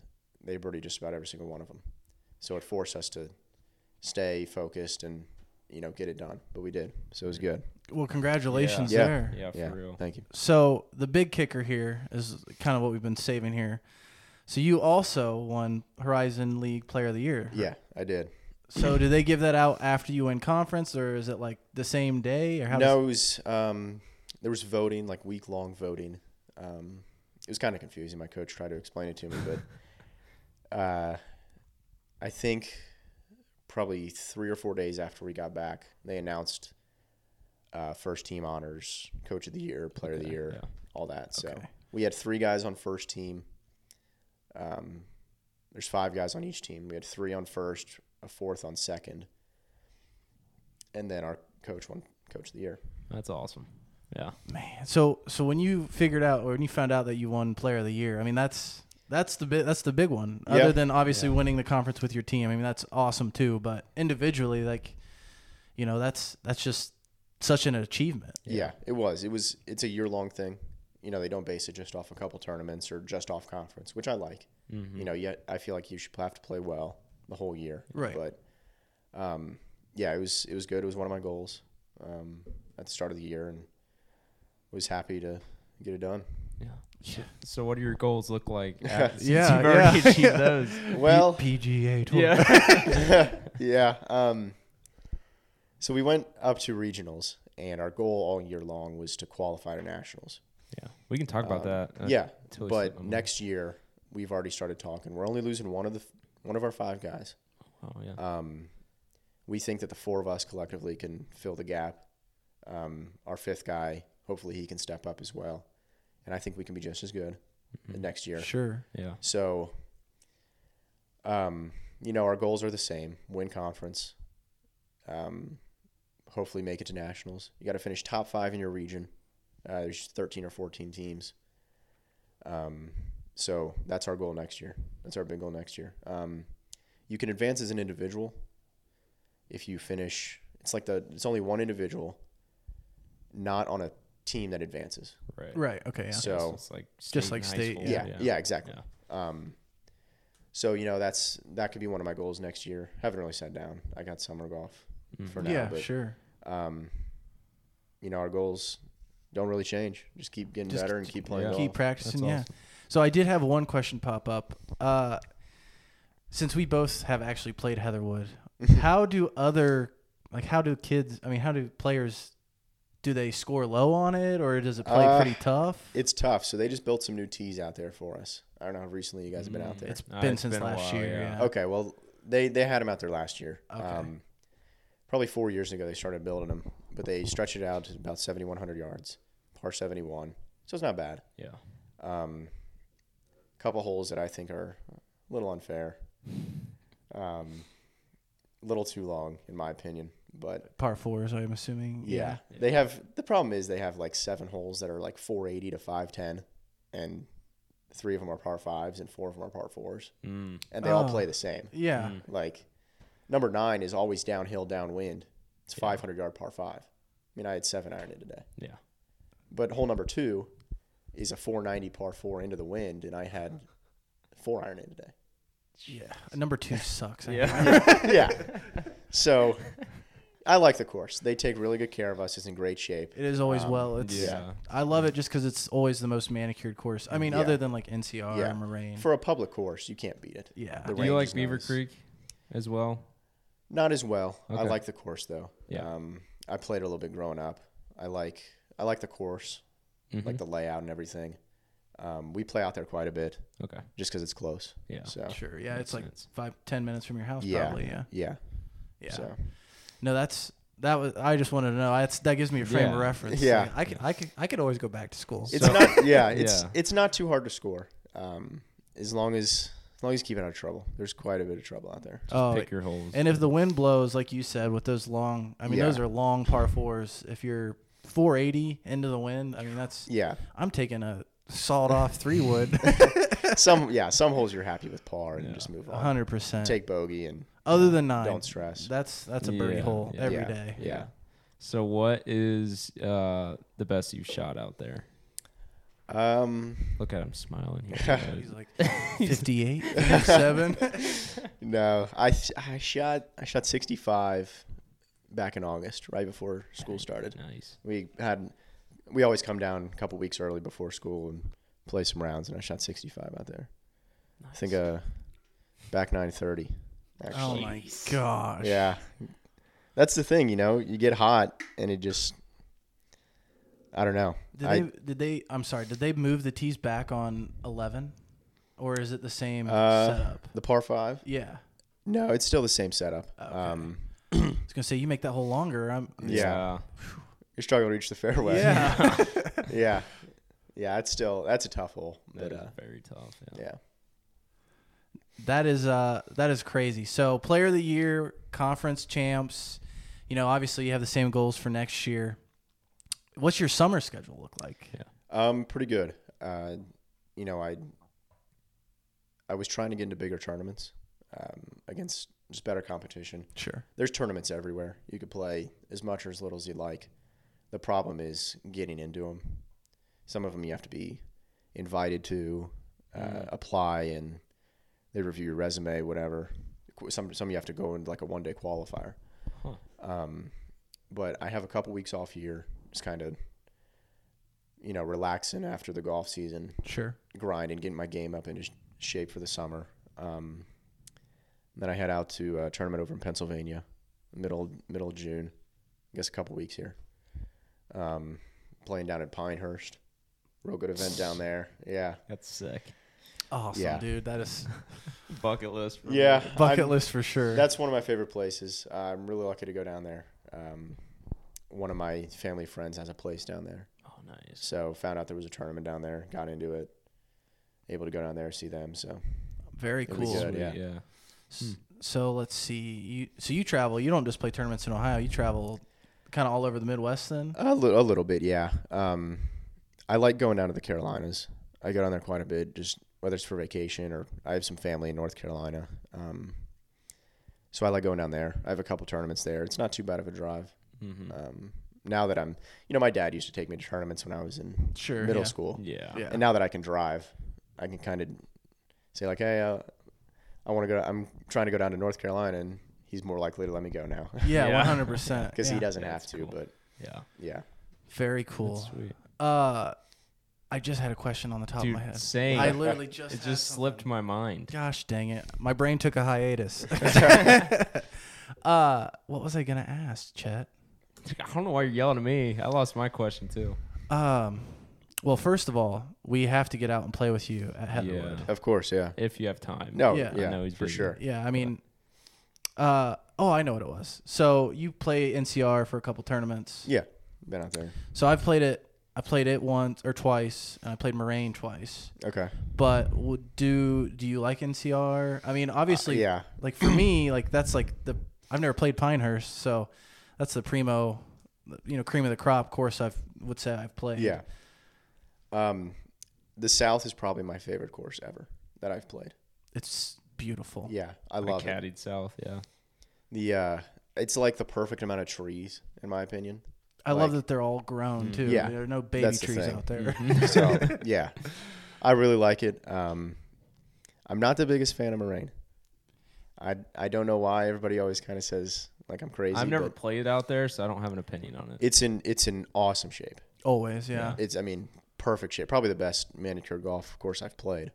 C: they birdied just about every single one of them. So it forced us to stay focused and you know get it done, but we did. So it was good.
A: Well, congratulations
C: Yeah.
A: there.
B: Yeah, for real.
C: Thank you.
A: So the big kicker here is kind of what we've been saving here. So you also won Horizon League Player of the Year.
C: Yeah, I did.
A: So do they give that out after you win conference, or is it like the same day, or how?
C: no, it was um, there was voting, like week long voting. Um, it was kind of confusing. My coach tried to explain it to me, but uh, I think probably three or four days after we got back, they announced uh, first team honors, coach of the year, player of the
B: Okay,
C: year,
B: yeah.
C: all that. So
A: Okay.
C: we had three guys on first team. Um, there's five guys on each team. We had three on first, a fourth on second, and then our coach won coach of the year.
B: That's awesome. Yeah,
A: does, man. So so when you figured out, or when you found out that you won Player of the Year, I mean that's that's the bit that's the big one.
C: Yeah.
A: Other than obviously winning the conference with your team, I mean that's awesome too. But individually, like, you know, that's that's just such an achievement.
C: Yeah. it was. It was. It's a year long thing. You know, they don't base it just off a couple tournaments or just off conference, which I like.
B: Mm-hmm. Mhm.
C: You know, yet I feel like you should have to play well the whole year.
A: Right.
C: But, um, yeah, it was it was good. It was one of my goals um, at the start of the year, and was happy to get it done.
B: yeah. So, so what do your goals look like? After, since
A: Yeah,
B: you've already
A: yeah.
B: achieved those.
C: Well,
A: PGA Tour.
B: Yeah,
C: yeah. Um, so we went up to regionals, and our goal all year long was to qualify to nationals.
B: yeah. We can talk about that. Uh,
C: Um, yeah,
B: totally slipped my
C: but
B: mind.
C: next year we've already started talking. We're only losing one of the f- one of our five guys.
B: Oh yeah.
C: Um, we think that the four of us collectively can fill the gap. Um, our fifth guy, hopefully, he can step up as well, and I think we can be just as good the next year.
A: Sure.
B: Yeah.
C: So, um, you know, our goals are the same: win conference, um, hopefully make it to nationals. You got to finish top five in your region. Uh, there's 13 or 14 teams. Um, so that's our goal next year. That's our big goal next year. Um, you can advance as an individual if you finish. It's like the it's only one individual, not on a team that advances.
B: Right.
A: Right. Okay. Yeah.
C: So-
B: it's like state
A: Just like
B: and high
A: state,
B: school.
C: Yeah, yeah, exactly.
B: Yeah.
C: Um, so you know that's that could be one of my goals next year. Haven't really sat down. I got summer golf
B: Mm-hmm.
C: for now,
A: yeah.
C: but
A: Sure.
C: um, you know our goals don't really change. Just keep getting
A: Just
C: better and keep playing.
B: yeah.
C: golf.
A: keep practicing.
B: That's
A: yeah.
B: awesome.
A: So I did have one question pop up. Uh, since we both have actually played Heatherwood,
C: Mm-hmm.
A: how do other like how do kids? I mean, how do players? Do they score low on it, or does it play
C: Uh,
A: pretty tough?
C: It's tough. So they just built some new tees out there for us. I don't know how recently you guys have been out
B: Mm.
C: there.
A: It's
B: Uh,
A: been
B: it's
A: since
B: been a
A: last
B: while,
A: year.
B: yeah.
A: Yeah.
C: Okay, well, they they had them out there last year.
A: Okay.
C: Um, probably four years ago they started building them, but they stretched it out to about seventy one hundred yards, par seventy one. So it's not bad.
B: Yeah.
C: Um, couple holes that I think are a little unfair, um, a little too long in my opinion. But
A: Par fours, I'm assuming.
C: yeah, they have the problem is they have like seven holes that are like four eighty to five ten, and three of them are par fives and four of them are par fours,
B: Mm.
C: and they all
A: Oh.
C: play the same.
A: Yeah.
B: Mm.
C: Like number nine is always downhill, downwind. It's five hundred yard par five. I mean, I had seven iron in today,
B: Mm-hmm. Yeah.
C: but hole number two is a four ninety par four into the wind, and I had four iron in today.
A: Yeah. Number two sucks. I think.
B: Mm. Yeah.
C: yeah. So I like the course. They take really good care of us. It's in great shape.
A: It is always
C: Um,
A: well. It's
B: yeah.
A: I love it just because it's always the most manicured course. I mean,
C: Yeah.
A: other than like NCR
C: Yeah.
A: or Moraine.
B: Mm-hmm.
C: For a public course, you can't beat it.
A: yeah.
C: the
B: Do you
C: range
B: like
C: is
B: Beaver
C: nice.
B: Creek as well?
C: Not as well. I
B: Okay.
C: like the course though.
B: Yeah.
C: Um, I played a little bit growing up. I like I like the course,
B: Mm-hmm.
C: like the layout and everything. Um, we play out there quite a bit
B: Okay.
C: just because it's close.
B: Yeah.
C: So
A: Sure. Yeah,
B: Makes
A: it's like
B: sense.
A: five, ten minutes from your house,
C: Yeah.
A: probably. Yeah.
C: yeah,
A: Yeah.
C: So
A: No, that's That was I just wanted to know. That's, that gives me a frame
B: Yeah.
A: of reference.
C: Yeah.
A: Like, I could I could I could always go back to school.
C: It's
B: So-
C: not. Yeah, it's
B: Yeah.
C: it's not too hard to score. Um, as long as as long as you keep it out of trouble. There's quite a bit of trouble out there.
A: Oh,
B: Pick your holes.
A: and if the wind blows, like you said, with those long, I mean,
C: Yeah.
A: those are long par fours. If you're 480 into the wind, I mean, that's
C: Yeah,
A: I'm taking a sawed off three wood,
C: some yeah some holes you're happy with par and
B: Yeah.
C: just move on.
A: 100. percent
C: Take bogey and
A: Other than 9
C: don't stress.
A: That's that's a birdie
B: Yeah,
A: hole
B: yeah.
A: every day.
C: Yeah. Yeah.
B: So what is uh, the best you've shot out there?
C: Um,
B: Look at him smiling. Here, guys.
A: He's like 58, 57.
C: no, I th- I shot I shot 65 back in August, right before school started.
B: nice.
C: We had we always come down a couple weeks early before school and play some rounds, and I shot 65 out there. I think uh, back 930. Actually.
A: oh my gosh.
C: Yeah. That's the thing, you know, you get hot and it just I don't know.
A: Did
C: I-
A: they? Did they? I'm sorry. Did they move the tees back on 11, or is it the same
C: Uh,
A: setup? Oh,
C: The par 5?
A: Yeah.
C: No, it's still the same setup. Um
A: I was gonna say you make that hole longer. I'm.
C: Yeah. you're struggling to reach the fairway.
A: Yeah.
C: yeah. Yeah, it's still that's a tough hole,
B: That
C: but
B: is
C: uh,
B: very tough. Yeah.
C: yeah.
A: that is uh that is crazy. So player of the year, conference champs. You know, obviously you have the same goals for next year. What's your summer schedule look like?
C: Um pretty good. Uh you know, I I was trying to get into bigger tournaments um, against just better competition.
A: Sure.
C: there's tournaments everywhere. You could play as much or as little as you'd like. The problem is getting into them. Some of them you have to be invited to, uh, apply, and they review your resume, whatever. Qu- Some some you have to go into like a one day qualifier.
B: Huh.
C: Um, but I have a couple weeks off here, just kind of, you know, relaxing after the golf season
A: Sure.
C: grind and getting my game up into sh- shape for the summer. Um, then I head out to a tournament over in Pennsylvania, middle middle of June. I guess a couple weeks here. Um, playing down at Pinehurst, real good event down there. Yeah,
B: That's sick.
A: Awesome,
C: Yeah.
A: dude. That is
B: Bucket list. For
C: yeah,
A: bucket
C: I'm-
A: list for sure.
C: That's one of my favorite places. I'm really lucky to go down there. Um, one of my family friends has a place down there,
B: Oh, nice.
C: so found out there was a tournament down there. Got into it, able to go down there see them. So
A: very
C: it'll be
A: cool.
C: good, yeah.
B: Yeah. Hmm.
A: S- So let's see. You so you travel. You don't just play tournaments in Ohio. You travel kind of all over the Midwest.
B: Uh,
A: Then
C: A, li- a little bit, yeah. Um, I like going down to the Carolinas. I go down there quite a bit, just whether it's for vacation or I have some family in North Carolina. Um, so I like going down there. I have a couple tournaments there. It's not too bad of a drive.
B: Mm-hmm.
C: Um, now that I'm, you know, my dad used to take me to tournaments when I was in
A: sure.
C: middle
A: yeah.
C: school,
B: yeah.
A: Yeah.
C: and now that I can drive, I can kind of say like, hey, uh, I want to go. I'm trying to go down to North Carolina, and he's more likely to let me go now
A: Yeah,
B: Yeah.
A: one hundred percent.
C: because he doesn't
B: Yeah,
C: have
B: that's
C: to.
B: cool.
C: But
B: Yeah.
C: yeah,
A: Very
B: That's
A: cool.
B: sweet.
A: Uh, I just had a question on the top
B: Dude,
A: of my head.
B: same.
A: I literally just
B: it
A: had
B: just
A: something.
B: slipped my mind.
A: Gosh dang it! My brain took a hiatus. uh, what was I gonna ask, Chet?
B: I don't know why you're yelling at me. I lost my question too.
A: Um, well, first of all, we have to get out and play with you at Heatherwood.
B: Yeah.
C: of course, yeah.
B: If you have time.
C: No,
A: Yeah.
C: yeah,
B: I know he's
C: for
B: busy.
C: sure.
A: Yeah, I mean, uh, oh, I know what it was. So you play NCR for a couple tournaments.
C: Yeah, been out there.
A: So I've played it. I played it once or twice, and I played Moraine twice.
C: Okay.
A: But w- do do you like NCR? I mean, obviously,
C: Uh, yeah.
A: Like for me, like that's like the I've never played Pinehurst, so that's the primo, you know, cream of the crop course. I would say I've played.
C: Yeah. Um, the South is probably my favorite course ever that I've played.
A: it's beautiful.
C: Yeah, I
B: I
C: love it.
B: caddied south. Yeah.
C: The uh, it's like the perfect amount of trees, in my opinion.
A: I love
C: Like- Mm-hmm.
A: that they're all grown too.
C: Yeah.
A: there are no baby
C: That's the
A: trees
C: thing. Mm-hmm.
A: out there.
C: So yeah, I really like it. Um, I'm not the biggest fan of Moraine. I I don't know why everybody always kind of says like I'm crazy.
B: I've never
C: but
B: played out there, so I don't have an opinion on it.
C: It's in it's in awesome shape.
A: Always, yeah.
C: It's I mean perfect shape. Probably the best manicured golf course I've played.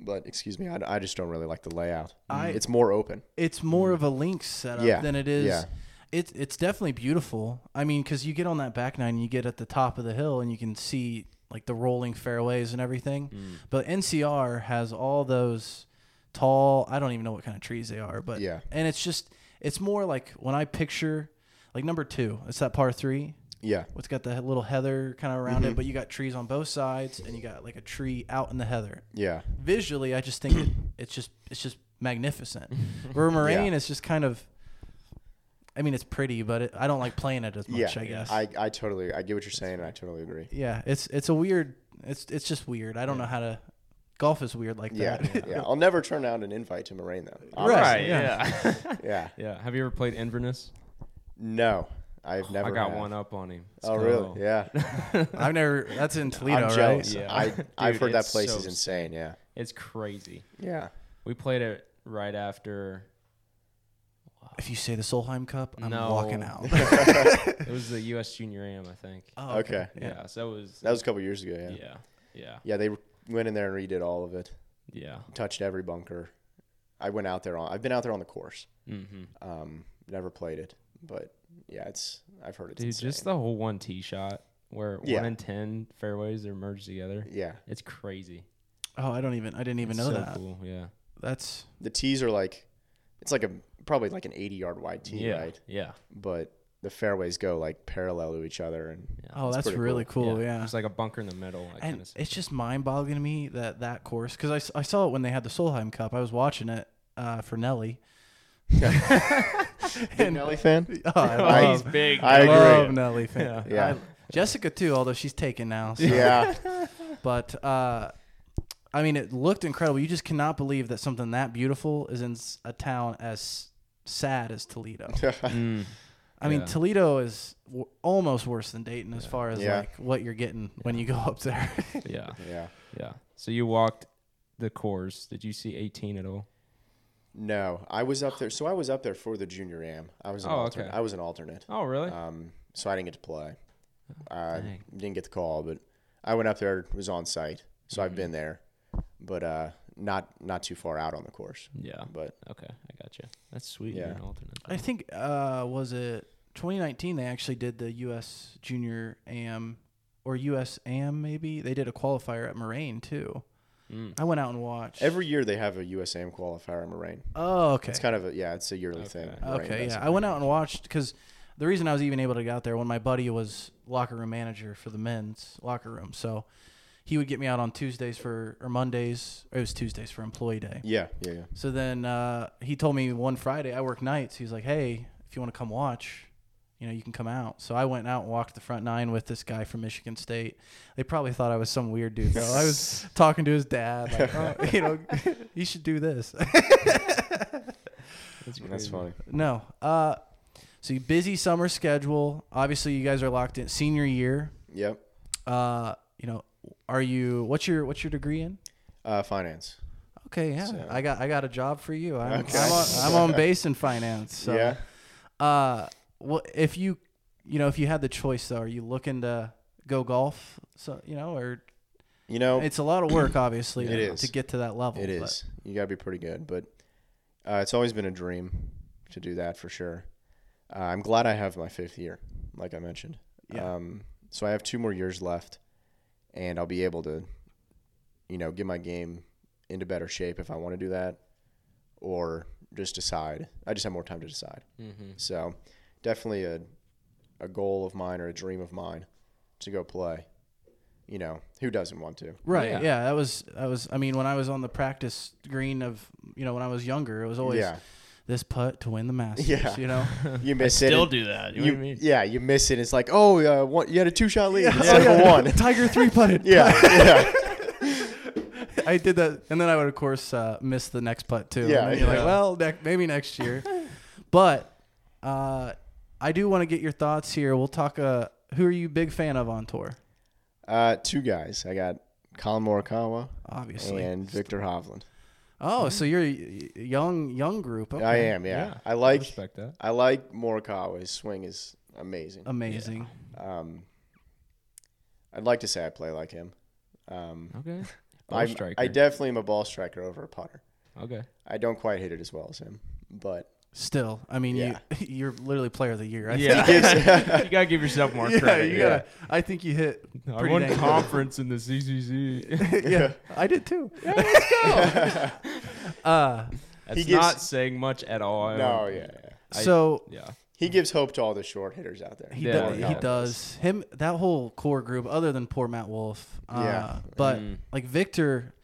C: But excuse me, I, I just don't really like the layout.
A: I-
C: it's more open.
A: It's more of a links setup
C: Mm. Yeah,
A: than it is.
C: yeah.
A: It's it's definitely beautiful. I mean, because you get on that back nine, and you get at the top of the hill, and you can see like the rolling fairways and everything.
C: Mm.
A: But NCR has all those tall. I don't even know what kind of trees they are, but
C: Yeah.
A: and it's just It's more like when I picture like number two. It's that par three.
C: Yeah.
A: It's got the little heather kind of
C: Mm-hmm.
A: around it, but you got trees on both sides, and you got like a tree out in the heather.
C: Yeah.
A: Visually, I just think it, it's just it's just magnificent. Where Moraine is just kind of, I mean, it's pretty, but it, I don't like playing it as much.
C: Yeah.
A: I guess.
C: I, I totally I get what you're saying and I totally agree.
A: yeah, it's it's a weird. It's it's just weird. I don't know how to. Golf is weird like
C: Yeah.
A: that.
C: yeah. I'll never turn down an invite to Moraine though.
A: Right,
C: Obviously.
B: Yeah.
C: Yeah.
B: yeah. Have you ever played Inverness?
C: No. I've never
B: Oh, I got
C: have.
B: one up on him. Let's
C: Oh
B: go.
C: really? Yeah.
A: I've never. That's in Toledo,
C: I'm
A: right?
C: jealous.
B: Yeah.
C: I,
B: Dude,
C: I've heard that
B: it's
C: place
B: so
C: is insane. Yeah.
B: It's crazy.
C: Yeah.
B: We played it right after.
A: If you say the Solheim Cup, I'm
B: No.
A: walking out.
B: It was the U.S. Junior Am, I think.
A: Oh,
C: Okay.
A: Yeah.
B: Yeah. So it was.
C: That was a couple years ago. Yeah. yeah.
B: yeah. Yeah.
C: They went in there and redid all of it,
B: Yeah.
C: touched every bunker. I went out there on, I've been out there on the course.
B: Mm-hmm.
C: Um, never played it, but yeah, it's, I've heard it's
B: Dude, just the whole one tee shot where
C: Yeah.
B: one and ten fairways are merged together.
C: yeah.
B: It's crazy.
A: Oh, I don't even. I didn't even
B: It's
A: know
B: so
A: that.
B: Cool. Yeah.
A: That's
C: The tees are like, it's like a, probably like an 80 yard wide tee,
B: yeah.
C: right?
B: Yeah.
C: But the fairways go like parallel to each other. And
B: Yeah.
A: oh, that's,
C: pretty
A: really cool. Yeah.
B: There's like a bunker in the middle. That kind
A: And
B: of
A: it's just mind boggling to me that that course, because I, s- I saw it when they had the Solheim Cup. I was watching it uh, for Nelly.
C: Big Nelly fan?
A: Oh, I
C: I-
A: love,
B: big.
A: I
C: I agree.
A: love Nelly fan.
C: Yeah.
A: I- Jessica too, although she's taken now. So.
C: Yeah.
A: But uh, I mean, it looked incredible. You just cannot believe that something that beautiful is in s- a town as sad as Toledo.
B: Mm.
A: I mean,
B: Yeah.
A: Toledo is w- almost worse than Dayton as far as
C: Yeah.
A: like what you're getting when you go up there.
B: yeah.
C: yeah.
B: Yeah. So you walked the course. Did you see 18 at all?
C: No, I was up there. So I was up there for the junior am. I was an
B: Oh,
C: alternate.
B: okay.
C: I was an alternate.
B: Oh, really? Oh,
C: Um, so I didn't get to play. I
B: dang.
C: didn't get the call, but I went up there. Was on site, so
B: Mm-hmm.
C: I've been there, but uh, not not too far out on the course.
B: yeah.
C: But
B: Okay. I got you. That's sweet. You're
C: Yeah.
B: an alternate.
A: I think uh, was it 2019? They actually did the U.S. Junior AM or U.S. AM maybe. They did a qualifier at Moraine too.
B: Mm.
A: I went out and watched.
C: every year they have a USAM qualifier in Moraine.
A: oh, okay.
C: It's kind of a yeah, it's a yearly thing.
B: Okay.
C: Moraine
A: Okay,
C: does
A: yeah.
C: it.
A: I went out and watched because the reason I was even able to get out there when my buddy was locker room manager for the men's locker room, so he would get me out on Tuesdays for or Mondays. Or it was Tuesdays for employee day.
C: Yeah, yeah, yeah.
A: So then uh, he told me one Friday I work nights. He was like, "Hey, if you want to come watch, you know, you can come out." So I went out and walked the front nine with this guy from Michigan State. They probably thought I was some weird dude. Though. I was talking to his dad, like, oh, you know, you should do this.
C: That's funny.
A: No. Uh, so you- busy summer schedule. Obviously, you guys are locked in senior year.
C: Yep.
A: Uh, you know, are you? What's your What's your degree in?
C: Uh, finance.
A: Okay, yeah,
C: So-
A: I got I got a job for you. I'm,
C: Okay.
A: I'm, on, I'm on base in finance. So,
C: yeah.
A: Uh, well, if you, you know, if you had the choice though, are you looking to go golf? So you know, or
C: You know,
A: it's a lot of work, obviously,
C: It
A: to,
C: is.
A: to get to that level.
C: It
A: but-
C: is. You got to be pretty good, but uh, it's always been a dream to do that for sure. Uh, I'm glad I have my fifth year, like I mentioned.
A: Yeah.
C: Um, so I have two more years left, and I'll be able to, you know, get my game into better shape if I want to do that, or just decide. I just have more time to decide.
B: Mm-hmm.
C: So definitely a a goal of mine or a dream of mine to go play. You know, who doesn't want to?
A: Right. Yeah.
B: Yeah.
A: That was. That was. I mean, when I was on the practice green of, you know, when I was younger, it was always
C: yeah.
A: this putt to win the Masters.
C: Yeah.
A: You know.
C: You miss it. and-
B: do that.
C: you, yeah, you miss it. It's like, oh, uh, one, you had a two shot lead instead
A: Oh,
C: of a
A: yeah.
C: one.
A: Tiger three putted.
C: Yeah, yeah,
A: I did that, and then I would of course uh, miss the next putt too.
C: Yeah,
A: and then you're
B: yeah.
A: like, well, nec- maybe next year. but uh, I do want to get your thoughts here. We'll talk. Uh, who are you big fan of on tour?
C: Uh, two guys. I got Colin Morikawa
A: Obviously.
C: and Victor Hovland.
A: oh, so you're a y- young young group. Okay.
C: I am. Yeah,
B: Yeah.
C: I
B: I
C: like.
B: respect that.
C: I like Morikawa. His swing is amazing.
A: Amazing.
C: Um, I'd like to say I play like him. Um,
B: Okay. Ball
C: I
B: striker.
C: I definitely am a ball striker over a putter.
B: okay.
C: I don't quite hit it as well as him, but
A: Still, I mean,
C: Yeah.
A: you you're literally player of the year. I
B: Yeah. you gotta give yourself more
A: think. Yeah,
B: credit.
A: you
B: yeah.
A: gotta, I think you hit.
B: I
A: pretty
B: won
A: dang good.
B: conference in the CCC.
A: yeah, I did too. let's go. uh,
B: That's
C: gives-
B: not saying much at all. I
C: no,
B: don't-
C: yeah, yeah.
B: I-
A: so
B: Yeah.
C: He gives hope to all the short hitters out there.
A: he,
B: Yeah, oh,
A: does,
B: yeah.
A: he does him that whole core group other than poor Matt Wolf. Uh,
C: Yeah.
A: but
B: Mm.
A: like Victor,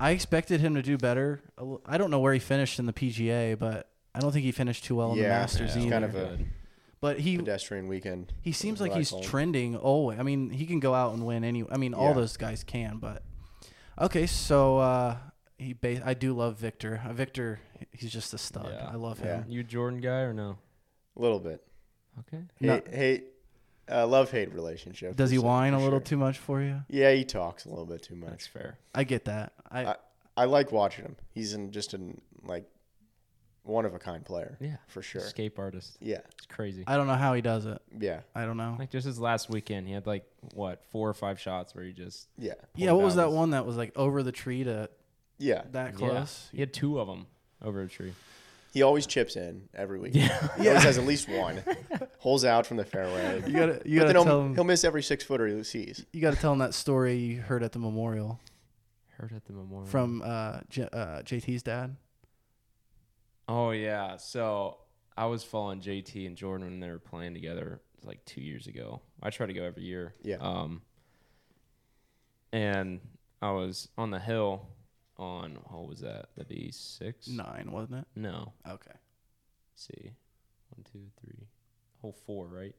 A: I expected him to do better. A l- I don't know where he finished in the PGA, but I don't think he finished too well in
C: Yeah,
A: the Masters
C: it's
A: either.
C: kind of a-
A: but he
C: Pedestrian weekend.
A: he seems like
C: what I
A: he's
C: call him.
A: trending always. I mean, he can go out and win any. I mean, all
C: Yeah.
A: those guys can. But okay, so uh, he. Ba- I do love Victor. Uh, Victor, he's just a stud.
B: Yeah.
A: I love
C: Yeah.
A: him.
B: You a Jordan guy or no?
C: A little bit.
B: Okay.
A: No.
C: Hate, hate uh, love hate relationship.
A: Does he
C: for sure-
A: whine
C: for
A: a little
C: sure.
A: too much for you?
C: Yeah, he talks a little bit too
B: That's
C: much.
B: fair.
A: I get that. I,
C: I- I like watching him. He's in just an like one of a kind player.
B: Yeah.
C: for sure.
B: Escape artist.
C: Yeah,
B: It's crazy.
A: I don't know how he does it.
C: yeah,
A: I don't know.
B: Like just his last weekend, he had like what four or five shots where he just
C: yeah,
A: Yeah,
B: pulled
A: what was
B: out
A: that
B: his-
A: one that was like over the tree to
C: yeah.
A: that
B: Yeah.
A: close?
B: He had two of them over a tree.
C: He always chips in every week.
B: Yeah.
C: He always has at least one. Holes out from the fairway.
A: You gotta, you gotta
C: but then
A: tell
C: he'll,
A: him.
C: he'll miss every six footer he sees.
A: You gotta tell him that story you heard at the memorial
B: Heard at the memorial.
A: from uh, J- uh, JT's dad.
B: Oh yeah. So I was following JT and Jordan when they were playing together like two years ago. I try to go every year.
C: Yeah.
B: Um and I was on the hill on what was that? That'd be six?
A: Nine, wasn't it?
B: No.
A: Okay.
B: see. One, two, three. Hole four, right?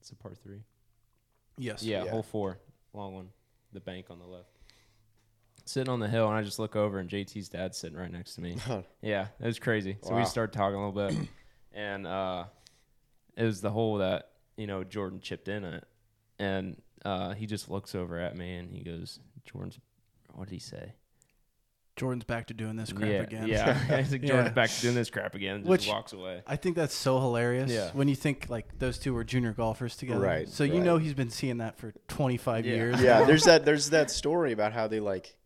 B: It's a part three.
A: Yes.
B: Yeah,
C: Yeah.
B: hole four, long one, the bank on the left. Sitting on the hill, and I just look over, and JT's dad's sitting right next to me. yeah, it was crazy. So
C: Wow.
B: we started talking a little bit, and uh, it was the hole that you know Jordan chipped in it, and uh, he just looks over at me and he goes, "Jordan's, what did he say?
A: Jordan's back to doing this crap
B: yeah,
A: again.
B: yeah. He's like, Jordan's
A: Yeah.
B: back to doing this crap again." And just
A: Which-
B: walks away.
A: I think that's so hilarious
B: Yeah.
A: when you think like those two were junior golfers together.
C: Right,
A: So you
C: right.
A: know he's been seeing that for 25
B: Yeah.
A: years.
C: yeah, there's that there's that story about how they like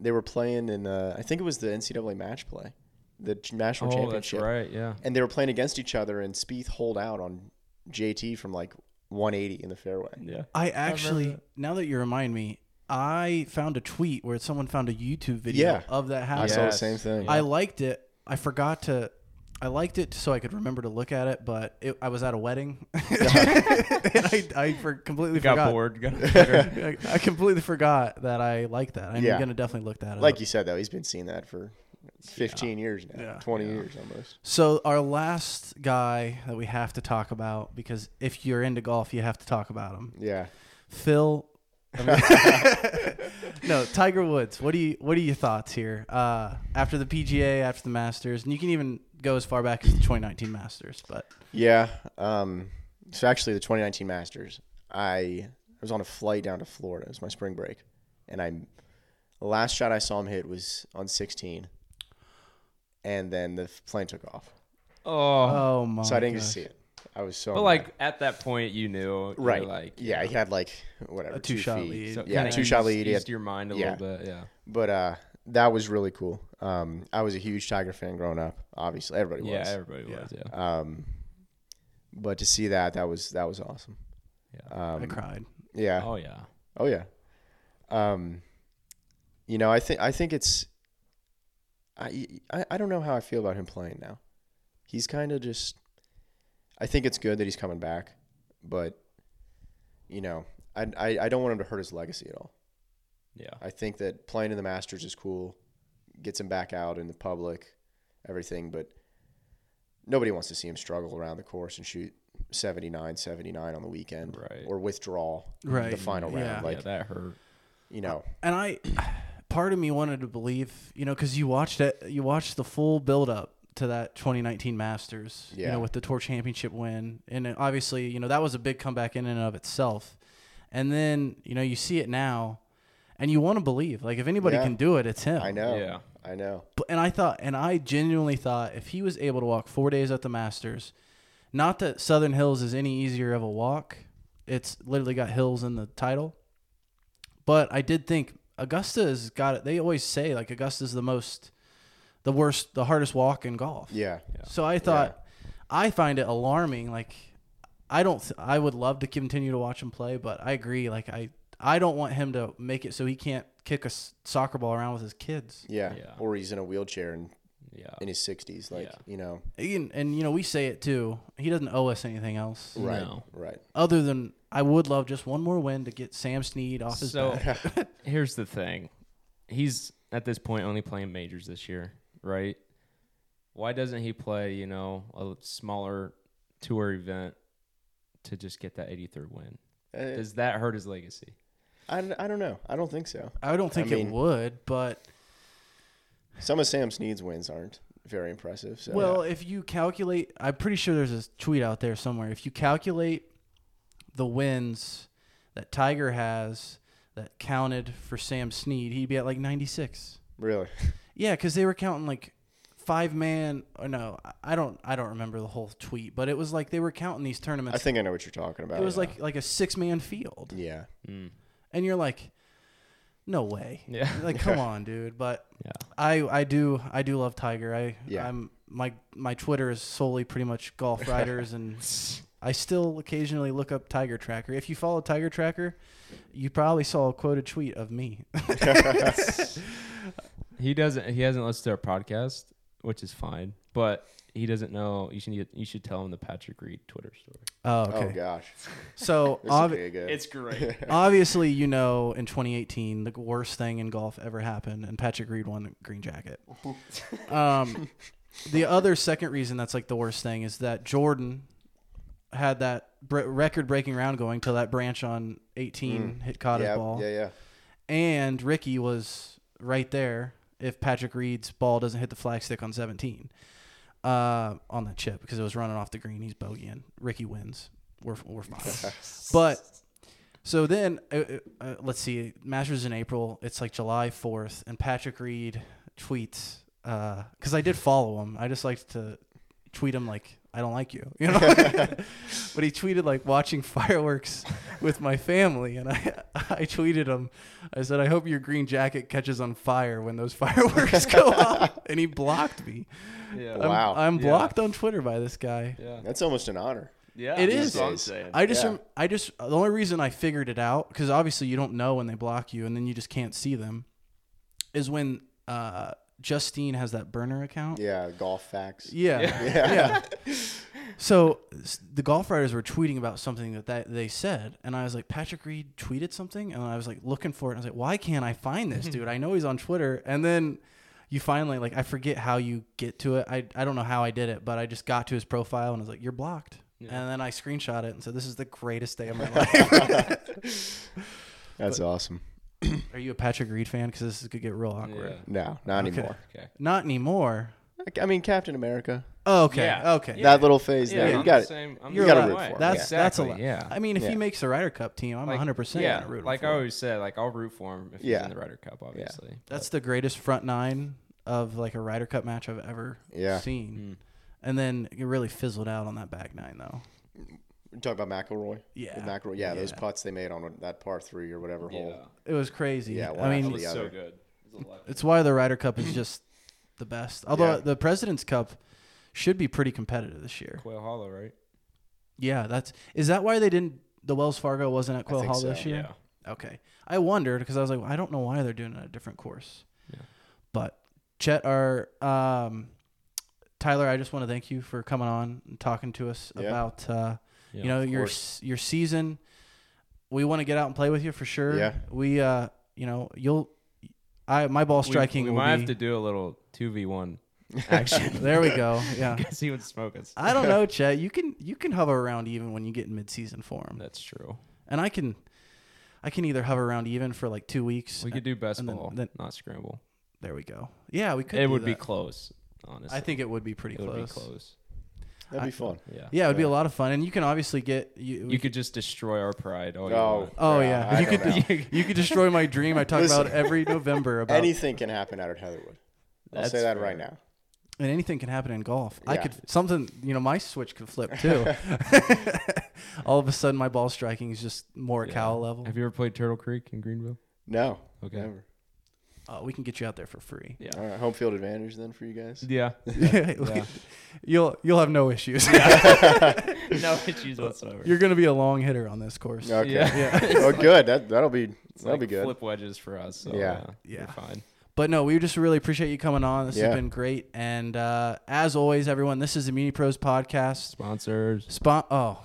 C: they were playing in uh, I think it was the NCAA match play, the ch- national
B: Oh, that's
C: championship,
B: right. Yeah.
C: and they were playing against each other, and Spieth holed out on JT from like 180 in the fairway.
B: Yeah.
A: I actually, now that you remind me, I found a tweet where someone found a YouTube video
C: Yeah.
A: of that
C: I
A: happening.
C: saw the
B: Yes.
C: same thing.
A: I liked it. I forgot to. I liked it so I could remember to look at it, but it, I was at a wedding. and I, I for, completely
B: Got
A: forgot.
B: bored. Got
A: I, I completely forgot that I liked that. I'm
C: Yeah.
A: gonna definitely look that
C: like
A: up.
C: you said though, he's been seeing that for 15 years now,
A: Yeah.
C: 20 years almost.
A: So our last guy that we have to talk about because if you're into golf, you have to talk about him.
C: Yeah,
A: Phil. I mean- no, Tiger Woods. What do you What are your thoughts here? Uh, after the PGA, after the Masters, and you can even go as far back as the 2019 Masters. But
C: yeah. Um, so actually, the 2019 Masters, I was on a flight down to Florida. It was my spring break, and I the last shot I saw him hit was on 16, and then the plane took off,
B: oh.
A: oh my!
C: so I didn't get
A: gosh.
C: to see it. I was so
B: But
C: mad.
B: like at that point, you knew, you were
C: right,
B: Like
C: yeah, he had like whatever
A: A two-shot
C: feet.
A: lead.
B: so
A: So
C: yeah,
B: kinda
C: two-shot
B: eased-
C: lead, he had-
B: eased your mind a
C: yeah.
B: little bit. Yeah,
C: But uh, that was really cool. Um, I was a huge Tiger fan growing up. Obviously, everybody
B: yeah,
C: was.
B: everybody
A: Yeah.
B: was. Yeah,
C: Um, but to see that, that was that was awesome.
A: I
C: Um,
A: cried.
C: yeah. Oh,
B: oh yeah,
C: yeah. Um, you know, I think I think it's. I, I I don't know how I feel about him playing now. He's kind of just. I think it's good that he's coming back, but, you know, I, I I don't want him to hurt his legacy at all.
B: yeah,
C: I think that playing in the Masters is cool, gets him back out in the public, everything, but nobody wants to see him struggle around the course and shoot 79 79 on the weekend
B: Right.
C: or withdraw
A: Right.
C: the final round.
A: Yeah.
C: Like,
B: yeah. That hurt.
C: you know,
A: and I, part of me wanted to believe, you know, because you watched it, you watched the full build up to that 2019 Masters, you
C: Yeah.
A: know, with the Tour Championship win, and it- obviously, you know, that was a big comeback in and of itself. And then, you know, you see it now, and you want to believe, like, if anybody
C: Yeah.
A: can do it, it's him.
C: I know.
B: Yeah.
C: I know.
A: But- and I thought, and I genuinely thought, if he was able to walk four days at the Masters, not that Southern Hills is any easier of a walk, it's literally got hills in the title. But I did think Augusta has got it. They always say like Augusta's the most, the worst, the hardest walk in golf.
C: Yeah.
A: So I thought, I find it alarming. Like, I don't. Th- I would love to continue to watch him play, but I agree. Like, I I don't want him to make it so he can't kick a s- soccer ball around with his kids.
C: Yeah.
B: Yeah.
C: Or he's in a wheelchair and
B: Yeah.
C: in his 60s. Like,
B: Yeah.
C: you know,
A: Ian, and you know we say it too. He doesn't owe us anything else
C: right,
B: No.
C: right.
A: other than I would love just one more win to get Sam Snead off his
B: So
A: back.
B: here's the thing. He's at this point only playing majors this year, right? Why doesn't he play, you know, a smaller tour event to just get that 83rd win?
C: Uh,
B: Does that hurt his legacy?
C: I, I don't know. I don't think so.
A: I don't think it
C: mean-
A: would, but
C: Some of Sam Snead's wins aren't very impressive. So
A: well, if you calculate, I'm pretty sure there's a tweet out there somewhere. If you calculate the wins that Tiger has that counted for Sam Snead, he'd be at like 96.
C: really,
A: Yeah, because they were counting like five man. Or no, I- I don't. I don't remember the whole tweet, but it was like they were counting these
C: I
A: tournaments.
C: think I know what you're talking about.
A: it was
C: yeah.
A: like like a six man field.
C: yeah,
B: Mm.
A: and you're like no way
B: Yeah.
A: like come on dude but
B: Yeah.
A: i i do i do love tiger i
C: Yeah.
A: i'm my my twitter is solely pretty much golf riders and i still occasionally look up tiger tracker if you follow tiger tracker you probably saw a quoted tweet of me
B: He doesn't. He hasn't listened to our podcast, which is fine. But he doesn't know. You should. You should tell him the Patrick Reed Twitter story.
A: oh
C: oh
A: okay
C: gosh,
A: so
C: this would
A: obvi-
C: be a good.
B: great.
A: obviously you know in 2018 the worst thing in golf ever happened and patrick reed won the green jacket um, the other second reason that's like the worst thing is that jordan had that br- record breaking round going till that branch on 18 hit caught
C: yeah,
A: his ball
C: yeah, yeah,
A: and ricky was right there if patrick reed's ball doesn't hit the flagstick on 17 uh, on that chip because it was running off the green he's bogeying ricky wins we're, we're fine but so then, uh, uh, uh, let's see, Masters in April. It's like July 4th, and Patrick Reed tweets, because I did follow him. I just liked to tweet him, like, I don't like you, you know? but he tweeted, like, watching fireworks with my family. And I, I tweeted him, I said, I hope your green jacket catches on fire when those fireworks go off. And he blocked me.
B: yeah.
A: I'm-
C: Wow.
A: I'm,
B: Yeah.
A: blocked on Twitter by this guy.
B: yeah.
C: That's almost an honor.
B: Yeah.
A: It is.
C: what I'm
B: saying.
A: I just,
C: Yeah.
A: rem- I just, the only reason I figured it out, because obviously you don't know when they block you and then you just can't see them, is when uh, Justine has that burner account.
C: Yeah, golf facts.
A: Yeah.
C: Yeah.
A: Yeah. so s- the golf writers were tweeting about something that, that they said. And I was like, Patrick Reed tweeted something. And I was like, looking for it. And I was like, why can't I find this dude? I know he's on Twitter. And then you finally, like, I forget how you get to it. I, I don't know how I did it, but I just got to his profile and I was like, you're blocked. And then I screenshot it and said, this is the greatest day of my life.
C: That's awesome.
A: Are you a Patrick Reed fan? Because this is gonna get real awkward.
B: Yeah.
C: No, not
A: Okay.
C: anymore.
B: Okay.
A: Not anymore.
C: Like, I mean, Captain America.
A: Oh, okay.
B: Yeah.
A: Okay.
B: Yeah.
C: That little phase there.
B: I'm
C: You got
B: the
C: it.
B: Same, I'm
A: You're
B: the
C: gotta
B: same
C: root
B: way.
C: for him.
A: That's that's a
B: Exactly,
A: lot.
B: Yeah.
A: I mean, if he
C: Yeah.
A: makes the Ryder Cup team, I'm 100 percent
B: yeah,
A: gonna root him
B: like
A: for
B: I
A: him.
B: always said, like I'll root for him if he's
C: Yeah.
B: in the Ryder Cup, obviously.
A: That's the greatest front nine of like a Ryder Cup match I've ever
C: Yeah.
A: seen. And then it really fizzled out on that back nine though.
C: Talk about McElroy.
A: Yeah.
C: With McElroy. Yeah, those
A: Yeah.
C: putts they made on that par three or whatever hole.
A: It was crazy.
C: Yeah,
A: I
C: one
A: mean,
C: after the other.
B: good. It was
A: it's why the Ryder Cup is just the best. Although
C: Yeah.
A: the President's Cup should be pretty competitive this year.
B: Quail Hollow, right?
A: Yeah, that's is that why they didn't the Wells Fargo wasn't at Quail
C: think
A: Hall
C: so,
A: this year? Okay. I wondered because I was like, I don't know why they're doing it a different course.
B: Yeah.
A: But Chet, our um, Tyler, I just want to thank you for coming on and talking to us
C: Yeah.
A: about uh,
B: Yeah,
A: you know
C: of
A: your
C: course.
A: s- your season. We want to get out and play with you for sure.
C: Yeah.
A: We uh, you know you'll I my ball striking
B: We,
A: will
B: might
A: be
B: have to do a little two v one action
A: there. We go. Yeah.
B: because he would smoke us.
A: I don't know, Chet. You can you can hover around even when you get in mid season form,
B: That's true.
A: and I can. I can either hover around even for like two weeks.
B: We could do best
A: and then-
B: ball,
A: then-
B: not scramble.
A: There we go. Yeah, we could.
B: It
A: do
B: would be
A: that.
B: close, honestly.
A: I think it would be pretty
B: it
A: close.
B: would be close.
C: That'd
A: I-
C: be fun.
B: Yeah.
A: Yeah, it would be a
C: Yeah.
A: lot of fun, and you can obviously get you.
B: You could just destroy our pride. All you
C: Oh.
B: want.
A: oh
C: Yeah,
A: yeah,
C: I
A: you
C: don't
A: could. You, could destroy my dream. I talk about
C: Listen.
A: every November about,
C: Anything can happen out at Heatherwood. I'll
B: That's
C: say that
B: fair.
C: right now.
A: and anything can happen in golf. I
C: Yeah.
A: could something. You know, my switch could flip too. All of a sudden, my ball striking is just more
B: Yeah.
A: cow level.
B: Have you ever played Turtle Creek in Greenville?
C: No.
B: Okay.
C: Never.
A: Uh, we can get you out there for free.
B: Yeah.
C: All right. Home field advantage then for you guys.
B: Yeah.
A: you'll you'll have no issues.
B: no issues whatsoever.
A: You're gonna be a long hitter on this course.
C: Okay.
B: Yeah.
C: oh, good. That that'll be
B: It's
C: that'll
B: like
C: be good.
B: Flip wedges for us. So,
C: Yeah.
B: yeah.
A: Yeah.
B: We're fine.
A: But no, we just really appreciate you coming on. This
C: Yeah.
A: has been great. And uh, as always, everyone, this is the Muni Pros podcast.
B: Sponsors.
A: Spon- oh,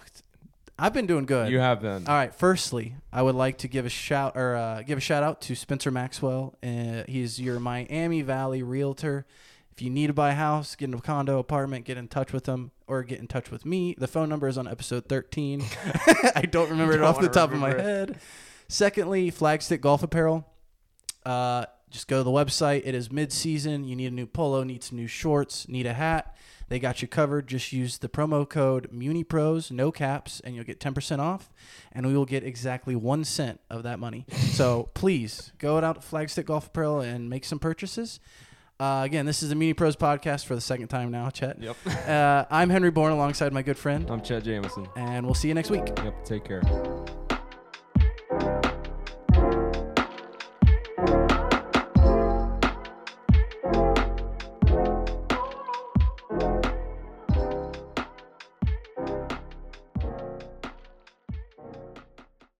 A: I've been doing good.
B: You have been.
A: All right. Firstly, I would like to give a shout or uh, give a shout out to Spencer Maxwell. Uh, he's your Miami Valley realtor. If you need to buy a house, get in a condo, apartment, get in touch with him or get in touch with me. The phone number is on episode 13. I don't remember
C: Don't
A: it off the
C: wanna
A: top of my
C: remember it.
A: head. Secondly, Flagstick Golf Apparel. Uh, just go to the website. It is mid-season. You need a new polo, need some new shorts, need a hat. They got you covered. Just use the promo code MuniPros, no caps, and you'll get 10% off. And we will get exactly one cent of that money. So please go out to Flagstick Golf Apparel and make some purchases. Uh, again, this is the Muni Pros podcast for the second time now, Chet.
B: Yep.
A: Uh, I'm Henry Bourne alongside my good friend,
B: I'm Chad Jamison.
A: and we'll see you next week.
B: Yep. Take care.